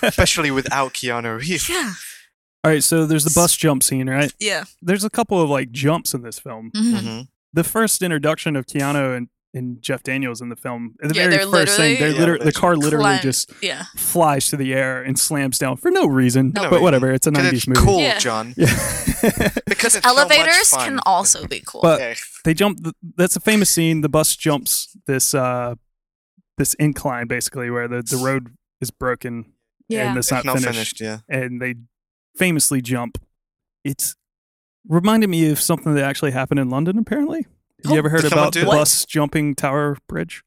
S3: Especially without Keanu Reeves.
S2: yeah,
S1: All right, so there's the bus jump scene, right?
S2: yeah,
S1: There's a couple of like jumps in this film.
S2: Mhm.
S3: hmm
S1: the first introduction of Keanu and, and Jeff Daniels in the film, the
S2: Yeah,
S1: very
S2: they're
S1: first thing, they're
S3: literally-
S1: liter- the car literally
S2: Climb-
S1: just
S2: yeah.
S1: flies to the air and slams down for no reason.
S3: No
S1: but
S3: reason.
S1: whatever, it's a
S3: Because
S1: 90s
S3: it's
S1: movie.
S3: cool,
S2: Yeah.
S3: John.
S1: Yeah.
S3: Because it's
S2: Elevators
S3: so much fun.
S2: can also be cool.
S1: But-
S3: Yeah.
S1: they jump. th- That's a famous scene. The bus jumps this uh this incline basically where the, the road is broken and it's
S3: It's
S1: not,
S3: not
S1: finished,
S3: finished. Yeah.
S1: and they famously jump. It's reminded me of something that actually happened in London. Apparently, have
S2: Oh,
S1: you ever heard
S3: did someone
S1: about
S3: do
S1: the
S3: that?
S1: bus jumping Tower Bridge?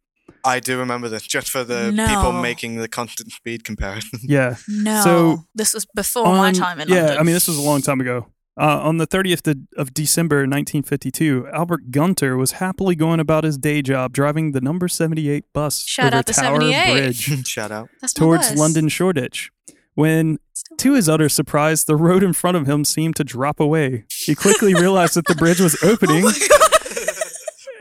S3: I do remember this, just for the
S2: No.
S3: people making the constant speed comparison.
S1: Yeah.
S2: no,
S1: so,
S2: this was before my
S1: on-
S2: time in
S1: yeah,
S2: London.
S1: I mean, this was a long time ago. Uh, on the 30th de- of December 1952, Albert Gunter was happily going about his day job driving the number 78 bus
S2: Shout
S1: over
S2: out to
S1: Tower
S2: 78.
S1: Bridge
S3: Shout out.
S2: That's my
S1: towards
S2: bus.
S1: London Shoreditch. When,
S2: Still-
S1: to his utter surprise, the road in front of him seemed to drop away. He quickly realized that the bridge was opening
S2: Oh my God.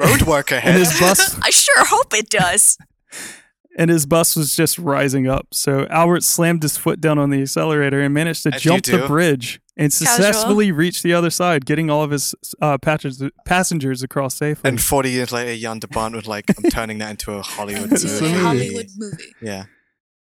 S3: Road work
S1: and
S3: ahead.
S1: his bus
S2: I sure hope it does.
S1: and his bus was just rising up. So Albert slammed his foot down on the accelerator and managed to
S3: As you
S1: jump the
S3: do.
S1: bridge and successfully reach the other side, getting all of his uh, passengers, passengers across safely.
S3: And 40 years later, Jan de Bont was like, I'm turning that into a Hollywood
S2: Into
S1: a
S3: movie.
S2: Hollywood movie.
S3: Yeah.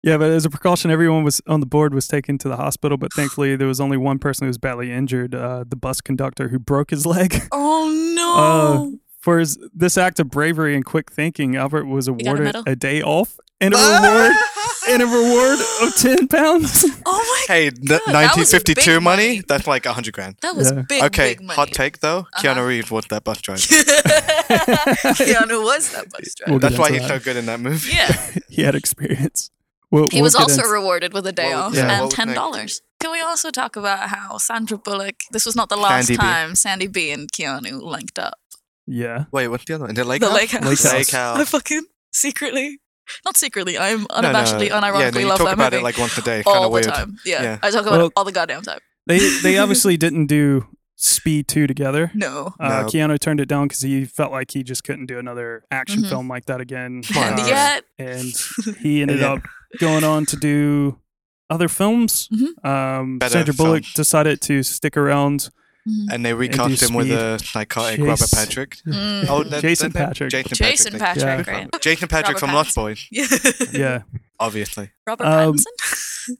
S1: yeah, but as a precaution, everyone was on the board was taken to the hospital. But thankfully, there was only one person who was badly injured: uh, the bus conductor who broke his leg.
S2: Oh no!
S1: Uh,
S2: Oh.
S1: for his, this act of bravery and quick thinking, Albert was
S2: got a
S1: awarded
S2: medal.
S1: a, day off and a
S3: Ah!
S1: reward and a reward of ten pounds.
S2: oh my!
S3: Hey, n-
S2: that was big
S3: 1952 money,
S2: money.
S3: that's like 100 grand.
S2: That was
S1: Yeah.
S2: big,
S3: okay,
S2: big money. Uh-huh.
S3: hot take though. Keanu Reeves was that bus driver.
S2: Keanu was that bus driver.
S1: We'll get
S3: That's why
S1: into
S3: he's
S1: that.
S3: so good in that movie.
S2: yeah,
S1: he had experience. We'll,
S2: he
S1: we'll
S2: was
S1: get
S2: also
S1: into-
S2: rewarded with a day
S3: What would-
S2: off
S3: yeah, what
S2: and
S3: would
S2: ten
S3: make-
S2: dollars. Can we also talk about how Sandra Bullock? This was not the last
S3: Sandy B.
S2: time Sandy B and Keanu linked up.
S1: yeah.
S3: Wait, what's the other one? The Lake
S2: the
S3: House?
S2: lake house.
S1: Lake House.
S3: Lake House.
S2: I fucking secretly, not secretly. I'm
S3: Oh. No, no,
S2: unabashedly,
S3: yeah,
S2: unironically
S3: no, you
S2: love
S3: talk
S2: that
S3: about
S2: movie
S3: it like once a day. Kind
S2: all
S3: of weird.
S2: the time. Yeah,
S3: Yeah.
S2: I talk about
S1: Well-
S2: it all the goddamn time.
S1: They they obviously didn't do Speed two together.
S2: No.
S1: Uh,
S3: No.
S1: Keanu turned it down because he felt like he just couldn't do another action
S2: Mhm.
S1: film like that again.
S3: Smart.
S1: Uh,
S2: yeah,
S1: and he ended
S3: Yeah.
S1: up going on to do other films.
S2: Mhm.
S1: Um,
S3: Better
S1: Sandra Bullock
S3: films.
S1: decided to stick around.
S3: And they recast him with
S1: speed.
S3: a psychotic
S1: Chase-
S3: Robert Patrick.
S2: Mm.
S3: Oh, that-
S1: Jason
S3: that- that-
S1: Patrick.
S3: Jason,
S2: Jason
S3: Patrick.
S1: Yeah.
S2: Patrick, right?
S3: thank you. Jason Patrick
S2: Robert
S3: from Lost Boys,
S2: Yeah.
S1: Yeah,
S3: obviously.
S2: Robert
S1: Um,
S2: Pattinson.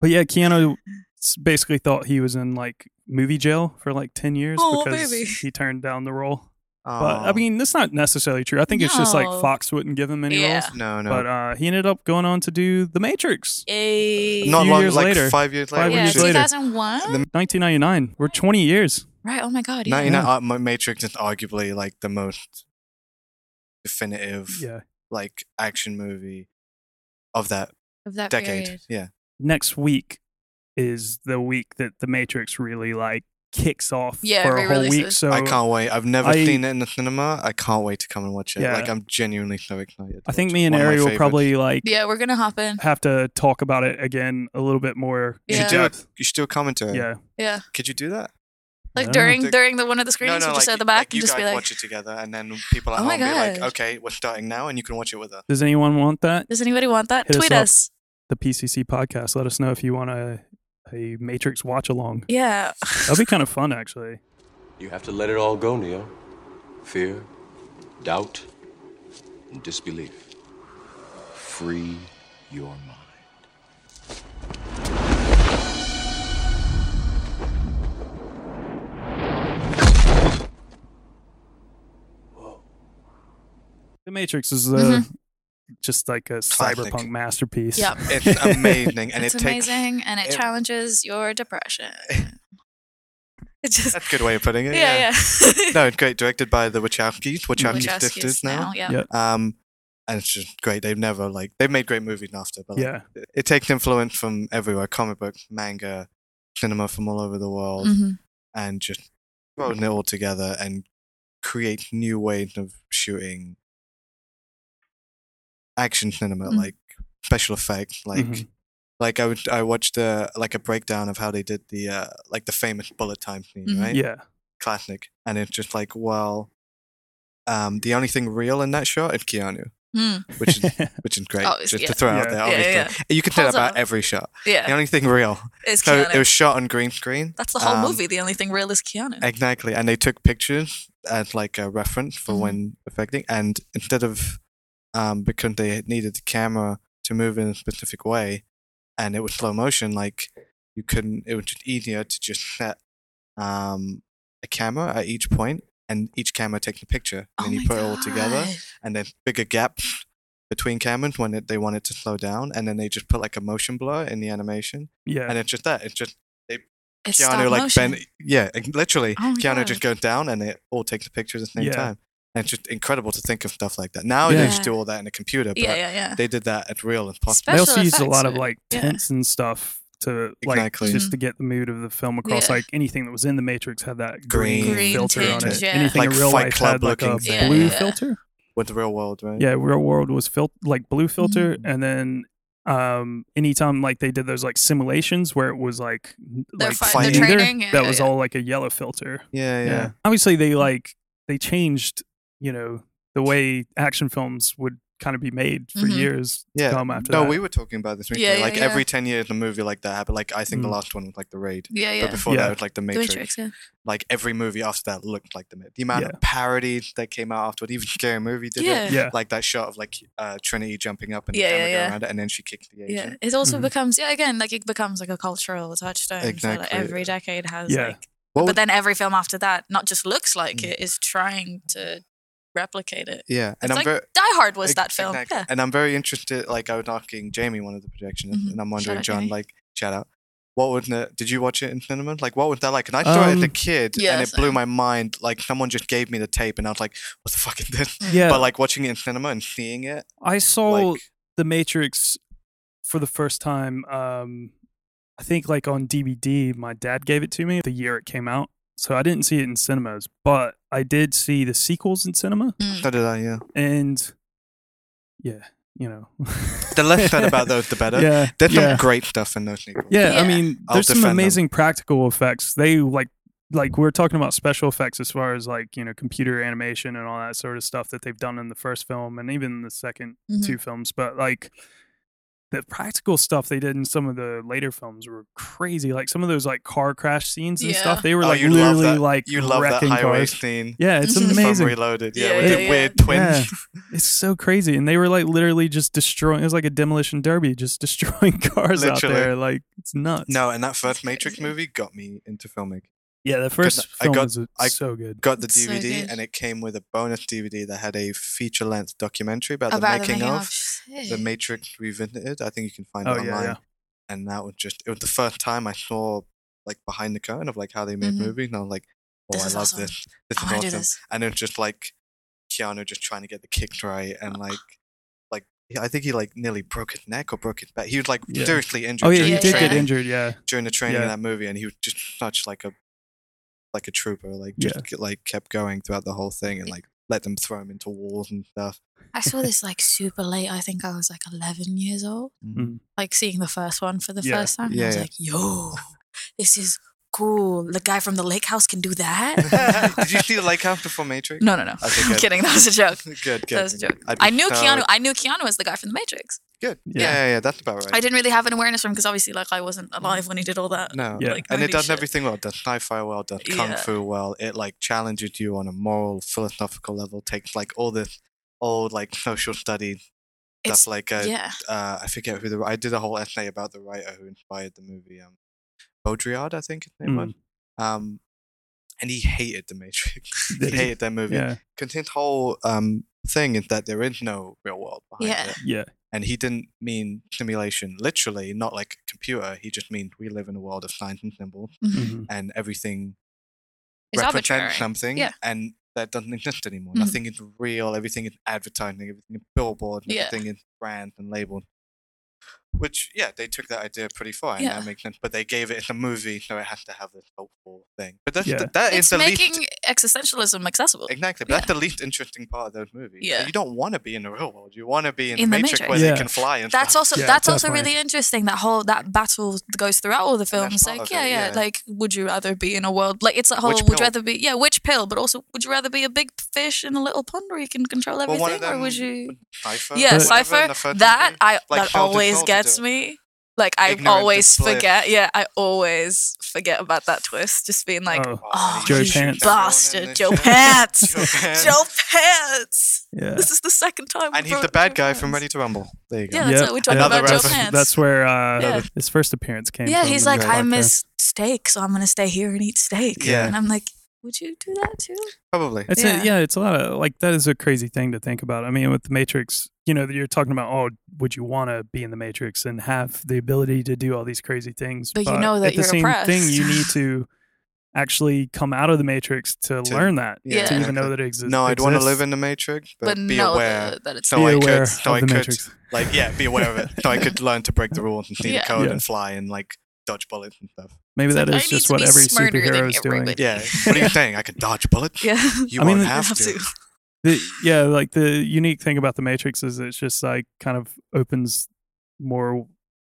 S1: but yeah, Keanu s- basically thought he was in like movie jail for like ten years
S2: Oh,
S1: because
S2: baby.
S1: he turned down the role. But
S3: Aw.
S1: I mean, that's not necessarily true. I think it's just like
S2: No.
S1: Fox wouldn't give him any
S2: Yeah.
S1: roles.
S3: no, no.
S1: But uh, he ended up going on to do The Matrix.
S2: A
S3: Not
S1: few
S3: long,
S1: years
S3: like
S1: later.
S3: five years later.
S1: Five
S3: which
S2: yeah,
S1: years
S3: is-
S1: later.
S2: 2001.
S1: 1999. We're 20 years.
S2: Right. Oh my God. Yeah.
S3: 99 uh, Ma- Matrix is arguably like the most definitive
S1: Yeah.
S3: like action movie of that
S2: Of that
S3: decade.
S2: period.
S3: Yeah.
S1: Next week is the week that The Matrix really like kicks off
S2: Yeah,
S1: for a whole week.
S2: re-releases.
S1: So
S3: I can't wait. I've never
S1: I-
S3: seen it in the cinema. I can't wait to come and watch it.
S1: Yeah.
S3: Like I'm genuinely so excited. to
S1: I think
S3: watch
S1: me
S3: it.
S1: and
S3: One of my
S1: Ari will
S3: favorites.
S1: probably like
S2: Yeah, we're gonna hop in.
S1: have to talk about it again a little bit more.
S3: You
S1: in
S2: Yeah.
S3: should do
S1: depth.
S3: it. You should do a commentary.
S1: Yeah.
S2: Yeah,
S3: Could you do that?
S1: I
S2: like
S1: don't
S2: during
S3: know.
S2: during the one of the screenings, we just at the back
S3: like you
S2: and just
S3: guys
S2: be like,
S3: watch it together, and then people at
S2: Oh my
S3: home be like,
S2: God.
S3: "Okay, we're starting now, and you can watch it with us."
S1: Does anyone want that?
S2: "Does anybody want that?
S1: Hit us
S2: Tweet
S1: up.
S2: us."
S1: The PCC podcast. Let us know if you want a, a Matrix watch along.
S2: Yeah.
S1: That'd be kind of fun, actually.
S6: You have to let it all go, Neo. Fear, doubt, and disbelief. Free your mind.
S1: The Matrix is uh,
S2: Mm-hmm.
S1: just like a
S3: Classic.
S1: cyberpunk masterpiece.
S2: Yep.
S3: It's amazing, and
S2: it's
S3: it takes.
S2: amazing and it,
S3: it-
S2: challenges your depression. It just
S3: That's a good way of putting
S2: yeah
S3: it.
S2: yeah.
S3: no, it's great. Directed by the Wachowskis, Wachowski
S2: Wachowskis
S3: sisters now.
S2: yeah.
S1: Yeah.
S3: Um, and it's just great. They've never like they've made great movies after, but like,
S1: Yeah.
S3: it- it takes influence from everywhere: comic books, manga, cinema from all over the world,
S2: Mhm.
S3: and just throws it all together and creates new ways of shooting action cinema,
S2: Mhm.
S3: like special effects, like.
S1: Mhm.
S3: Like I would, I watched uh, like a breakdown of how they did the uh, like the famous bullet time scene,
S2: Mhm.
S3: right?
S1: Yeah.
S3: classic. And it's just like, well, um, the only thing real in that shot is Keanu,
S2: Mm,
S3: which is which is great.
S2: Obvious-
S3: just
S2: yeah.
S3: to throw
S1: Yeah.
S3: out there,
S2: Yeah, yeah,
S3: obviously. You can say that
S2: Pulls
S3: about
S2: off.
S3: every shot. The
S2: yeah.
S3: only thing real.
S2: It's
S3: So
S2: Keanu.
S3: it was shot on green screen.
S2: That's the whole
S3: um,
S2: movie. The only thing real is Keanu.
S3: Exactly. And they took pictures as like a reference for
S2: Mhm.
S3: when affecting. And instead of, um, because they needed the camera to move in a specific way and it was slow motion, like you couldn't, it was just easier to just set um, a camera at each point and each camera takes a picture. And
S2: Oh
S3: then you
S2: my
S3: put it all together
S2: God.
S3: and there's bigger gaps between cameras when it, they want it to slow down. And then they just put like a motion blur in the animation.
S1: Yeah.
S3: And it's just that. It's just
S2: It's
S3: Keanu
S2: stop
S3: like
S2: motion.
S3: bend, yeah, like, literally.
S2: Oh my
S3: Keanu
S2: God.
S3: just goes down and it all takes the picture at the same
S1: Yeah.
S3: time. And it's just incredible to think of stuff like that. Now they
S2: Yeah.
S3: just do all that in a computer, but
S2: yeah yeah yeah.
S3: they did that as real as possible.
S1: they
S2: Special
S1: also used a
S2: effects
S1: lot of
S2: were-
S1: like
S2: yeah.
S1: tents and stuff to like
S3: Exactly.
S1: just to get the mood of the film across.
S2: Yeah.
S1: Like anything that was in the Matrix had that green,
S3: Green
S1: filter
S2: tinge,
S1: on it.
S2: yeah.
S1: Anything
S3: Like
S1: in real
S3: Fight
S1: life
S3: Club
S1: had like a
S3: looking thing.
S1: blue
S2: Yeah, yeah.
S1: filter.
S3: With the real world, right?
S1: Yeah, real world was fil- like blue filter,
S2: Mm.
S1: and then um anytime like they did those like simulations where it was like n-
S2: They're
S1: like
S2: fi-
S3: they're
S1: neither,
S2: training, yeah,
S1: that
S2: yeah,
S1: was
S2: yeah.
S1: all like a yellow filter.
S3: Yeah, yeah.
S1: Obviously, they like they changed, you know, the way action films would kind of be made for
S3: Mhm.
S1: years to
S3: Yeah.
S1: come after
S3: no,
S1: that.
S3: we were talking about this recently.
S2: Yeah, yeah,
S3: like
S2: yeah.
S3: every ten years, a movie like that happened. Like I think the
S1: Mm.
S3: last one was like The Raid.
S2: Yeah, yeah.
S3: But before
S1: Yeah.
S3: that, it was like The Matrix.
S2: yeah.
S3: Like every movie after that looked like The Matrix. The amount
S1: Yeah.
S3: of parodies that came out afterward, even Scary Movie did
S2: Yeah.
S3: it.
S1: Yeah.
S3: Like that shot of like uh, Trinity jumping up and
S2: Yeah,
S3: the
S2: yeah,
S3: camera
S2: yeah.
S3: going around it, and then she kicked the
S2: Yeah,
S3: agent.
S2: it also
S1: Mhm.
S2: becomes yeah again like it becomes like a cultural touchstone. So like
S3: Exactly.
S2: every decade has
S1: Yeah.
S2: like,
S3: What
S2: but
S3: would-
S2: then every film after that not just looks like
S3: Mm.
S2: it is trying to replicate it.
S3: yeah. And
S2: It's
S3: I'm
S2: like
S3: very.
S2: Die Hard was
S3: Ex-
S2: that film.
S3: exactly.
S2: Yeah.
S3: And I'm very interested. Like I was asking Jamie one of the projections,
S2: Mhm.
S3: and I'm
S2: Shout
S3: wondering,
S2: out,
S3: John,
S2: Jamie.
S3: like shout out. What was the, did you watch it in cinema? Like what was that like? And I saw it as a
S1: Um,
S3: kid,
S2: yeah,
S3: and it blew
S2: same.
S3: my mind. Like someone just gave me the tape, and I was like, "What the fuck is this?"
S1: yeah,
S3: But like watching it in cinema and seeing it,
S1: I saw
S3: like
S1: The Matrix for the first time. Um, I think like on DVD, my dad gave it to me the year it came out. So I didn't see it in cinemas, but I did see the sequels in cinema,
S3: so did I. Yeah,
S1: and yeah, you know,
S3: the less said about those, the better.
S1: yeah,
S3: There's
S1: yeah.
S3: some great stuff in those sequels.
S1: Yeah,
S2: Yeah.
S1: I mean,
S3: I'll
S1: there's some
S3: defend them.
S1: amazing practical effects. They like, like we're talking about special effects as far as like you know computer animation and all that sort of stuff that they've done in the first film and even the 2nd
S2: Mhm.
S1: two films. But like the practical stuff they did in some of the later films were crazy. Like some of those like car crash scenes and
S2: Yeah.
S1: stuff. They were
S3: Oh,
S1: like
S3: you love
S1: literally
S3: that.
S1: like
S3: you love that
S1: wrecking
S3: highway
S1: cars.
S3: scene.
S1: Yeah, it's
S2: Mhm.
S3: From
S1: amazing.
S3: Reloaded. Yeah,
S2: Yeah,
S3: with
S2: yeah,
S3: the
S2: yeah.
S3: weird twins.
S1: Yeah. It's so crazy. And they were like literally just destroying it was like a demolition derby, just destroying cars
S3: Literally.
S1: out there. Like it's nuts.
S3: No, and that first Matrix
S2: crazy.
S3: movie got me into filmmaking.
S1: Yeah, the first
S3: I
S1: film
S3: got-
S1: was uh,
S3: I-
S1: so good.
S3: got the
S2: It's so
S3: DVD
S2: good.
S3: and it came with a bonus DVD that had a feature length documentary about, uh, the making, of, The Matrix Revisited. I think you can find
S1: Oh
S3: it online.
S1: yeah, yeah.
S3: And that was just it was the first time I saw like behind the curtain of like how they made
S2: Mhm.
S3: movies and I was like, Oh,
S2: This
S3: I
S2: is
S3: love
S2: awesome.
S3: this. This
S2: I
S3: is
S2: want to do
S3: awesome.
S2: this.
S3: And it was just like Keanu just trying to get the kicks right and like like yeah, I think he like nearly broke his neck or broke his back. He was like
S1: Yeah.
S3: seriously injured
S1: Oh yeah,
S3: during,
S1: he
S2: Yeah,
S3: the
S1: did get
S3: training,
S1: injured. Yeah,
S3: during the training
S1: Yeah.
S3: in that movie and he was just such like a like a trooper, like
S1: Yeah.
S3: just ke- like kept going throughout the whole thing and like let them throw him into walls and stuff.
S2: I saw this like super late. I think I was like 11 years old.
S1: Mhm.
S2: Like seeing the first one for the
S1: Yeah.
S2: first time. and
S3: Mm-hmm. Yeah,
S2: I was
S3: yeah.
S2: like, yo, this is cool. The guy from the lake house can do that.
S3: Did you see the Lake House before Matrix?
S2: no, no, no.
S3: Okay,
S2: I'm
S3: good.
S2: kidding. That was a joke.
S3: Good, good.
S2: That was a joke.
S3: I'd be
S2: I knew
S3: so
S2: Keanu. I knew Keanu was the guy from The Matrix.
S3: Good. Yeah,
S1: Yeah.
S3: yeah, yeah. That's about right.
S2: I didn't really have an awareness from because obviously, like, I wasn't alive when he did all that.
S3: No.
S1: Yeah.
S2: Like,
S3: and it
S2: nerdy
S3: does
S2: shit.
S3: everything well. It does sci-fi well. It does kung
S2: Yeah.
S3: fu well. It like challenges you on a moral, philosophical level. Takes like all this old like social studies
S2: It's-
S3: stuff. Like uh,
S2: Yeah.
S3: uh, I forget who the I did a whole essay about the writer who inspired the movie. Um, Baudrillard, I think his name was. Um, and he hated the Matrix. he
S1: Mm. Did he?
S3: hated that movie.
S1: yeah,
S3: Because his whole um, thing is that there is no real world behind
S2: Yeah.
S3: it.
S1: yeah,
S3: And he didn't mean simulation literally, not like a computer. He just means we live in a world of signs and symbols
S1: mhm.
S3: and everything
S2: It's
S3: represents
S2: arbitrary.
S3: something
S2: Yeah.
S3: and that doesn't exist anymore.
S2: Mhm.
S3: Nothing is real. Everything is advertising, everything is billboard, and
S2: Yeah.
S3: everything is brands and labels. Which, yeah, they took that idea pretty far, and
S2: Yeah.
S3: that makes sense. But they gave it as a movie, so it has to have this hopeful thing. But that's
S1: Yeah.
S3: the, that is
S2: It's
S3: the
S2: making
S3: least
S2: existentialism accessible.
S3: Exactly, but that's the least interesting part of those movies. So
S2: Yeah.
S3: you don't want to be in the real world. You want to be in,
S2: In
S3: the
S2: the
S3: Matrix,
S2: Matrix.
S3: where
S1: Yeah.
S3: they can fly and
S2: That's
S3: stuff.
S2: also
S1: Yeah,
S2: that's also
S1: definitely.
S2: really interesting. That whole that battle that goes throughout all the
S3: that's
S2: films.
S3: part
S2: Like
S3: of
S2: yeah,
S3: it,
S2: yeah,
S3: yeah.
S2: Like would you rather be in a world like it's that whole
S3: Which
S2: would you
S3: pill?
S2: rather be yeah which pill, but also would you rather be a big fish in a little pond where you can control
S3: Well,
S2: everything,
S3: one of
S2: or would
S3: them-
S2: you?
S3: Cypher,
S2: Yeah,
S3: whatever, in
S2: cipher
S3: the first
S2: that
S3: movie.
S2: I
S3: Like
S2: that
S3: Sheldon
S2: always
S3: Cole
S2: gets
S3: did.
S2: me. Like I
S3: Ignorance is
S2: always
S3: bliss.
S2: forget. Yeah, I always forget about that twist. Just being like,
S1: Oh,
S2: oh,
S1: Joe
S2: you
S1: Pants. Everyone in
S2: bastard,
S3: this
S2: Joe
S3: shit.
S2: Pants,
S3: Joe Pants.
S2: Joe Pants.
S1: yeah.
S2: This is the second time. we
S3: and he's
S2: brought
S3: the
S2: up
S3: bad
S2: Joe
S3: guy from
S2: Pants.
S3: Ready to Rumble. There you go.
S2: Yeah, that's what we talked
S1: Another
S2: about, Joe
S1: reference.
S2: Pants.
S1: That's where uh,
S2: Yeah.
S1: his first appearance came.
S2: Yeah,
S1: from
S2: he's
S1: in
S2: like,
S1: the
S2: I
S1: podcast.
S2: miss steak, so I'm gonna stay here and eat steak.
S3: Yeah.
S2: And I'm like, would you do that too?
S3: Probably.
S1: It's
S2: Yeah.
S1: A, yeah, it's a lot of like that is a crazy thing to think about. I mean, with the Matrix, you know, you're talking about oh, would you want to be in the Matrix and have the ability to do all these crazy things?
S2: But you know that
S1: at the
S2: you're
S1: same thing,
S2: oppressed.
S1: you need to actually come out of the Matrix to,
S3: To-
S1: learn that to
S2: Yeah.
S1: even
S3: exactly.
S1: know that it exists.
S3: No, I'd want to live
S1: exists.
S3: in the Matrix, but,
S2: But
S3: be
S2: no,
S3: aware.
S2: the- that it's
S3: So
S1: Be
S3: I
S1: aware
S3: could, so
S1: of
S3: I
S1: the
S3: could,
S1: Matrix.
S3: like, yeah, be aware of it. So I could learn to break the rules and see
S2: Yeah.
S3: the code
S1: Yeah.
S3: and fly and like dodge bullets and stuff.
S1: Maybe that is
S2: like, I need
S1: just
S2: to
S1: what
S2: be
S1: every
S2: smarter than
S1: superhero is doing.
S2: everybody.
S3: Yeah. What are you saying? I could dodge bullets.
S2: Yeah.
S3: You
S1: I mean,
S3: won't
S1: I
S3: have,
S2: have
S3: to.
S2: to.
S1: the, yeah, like the unique thing about the Matrix is it's just like kind of opens more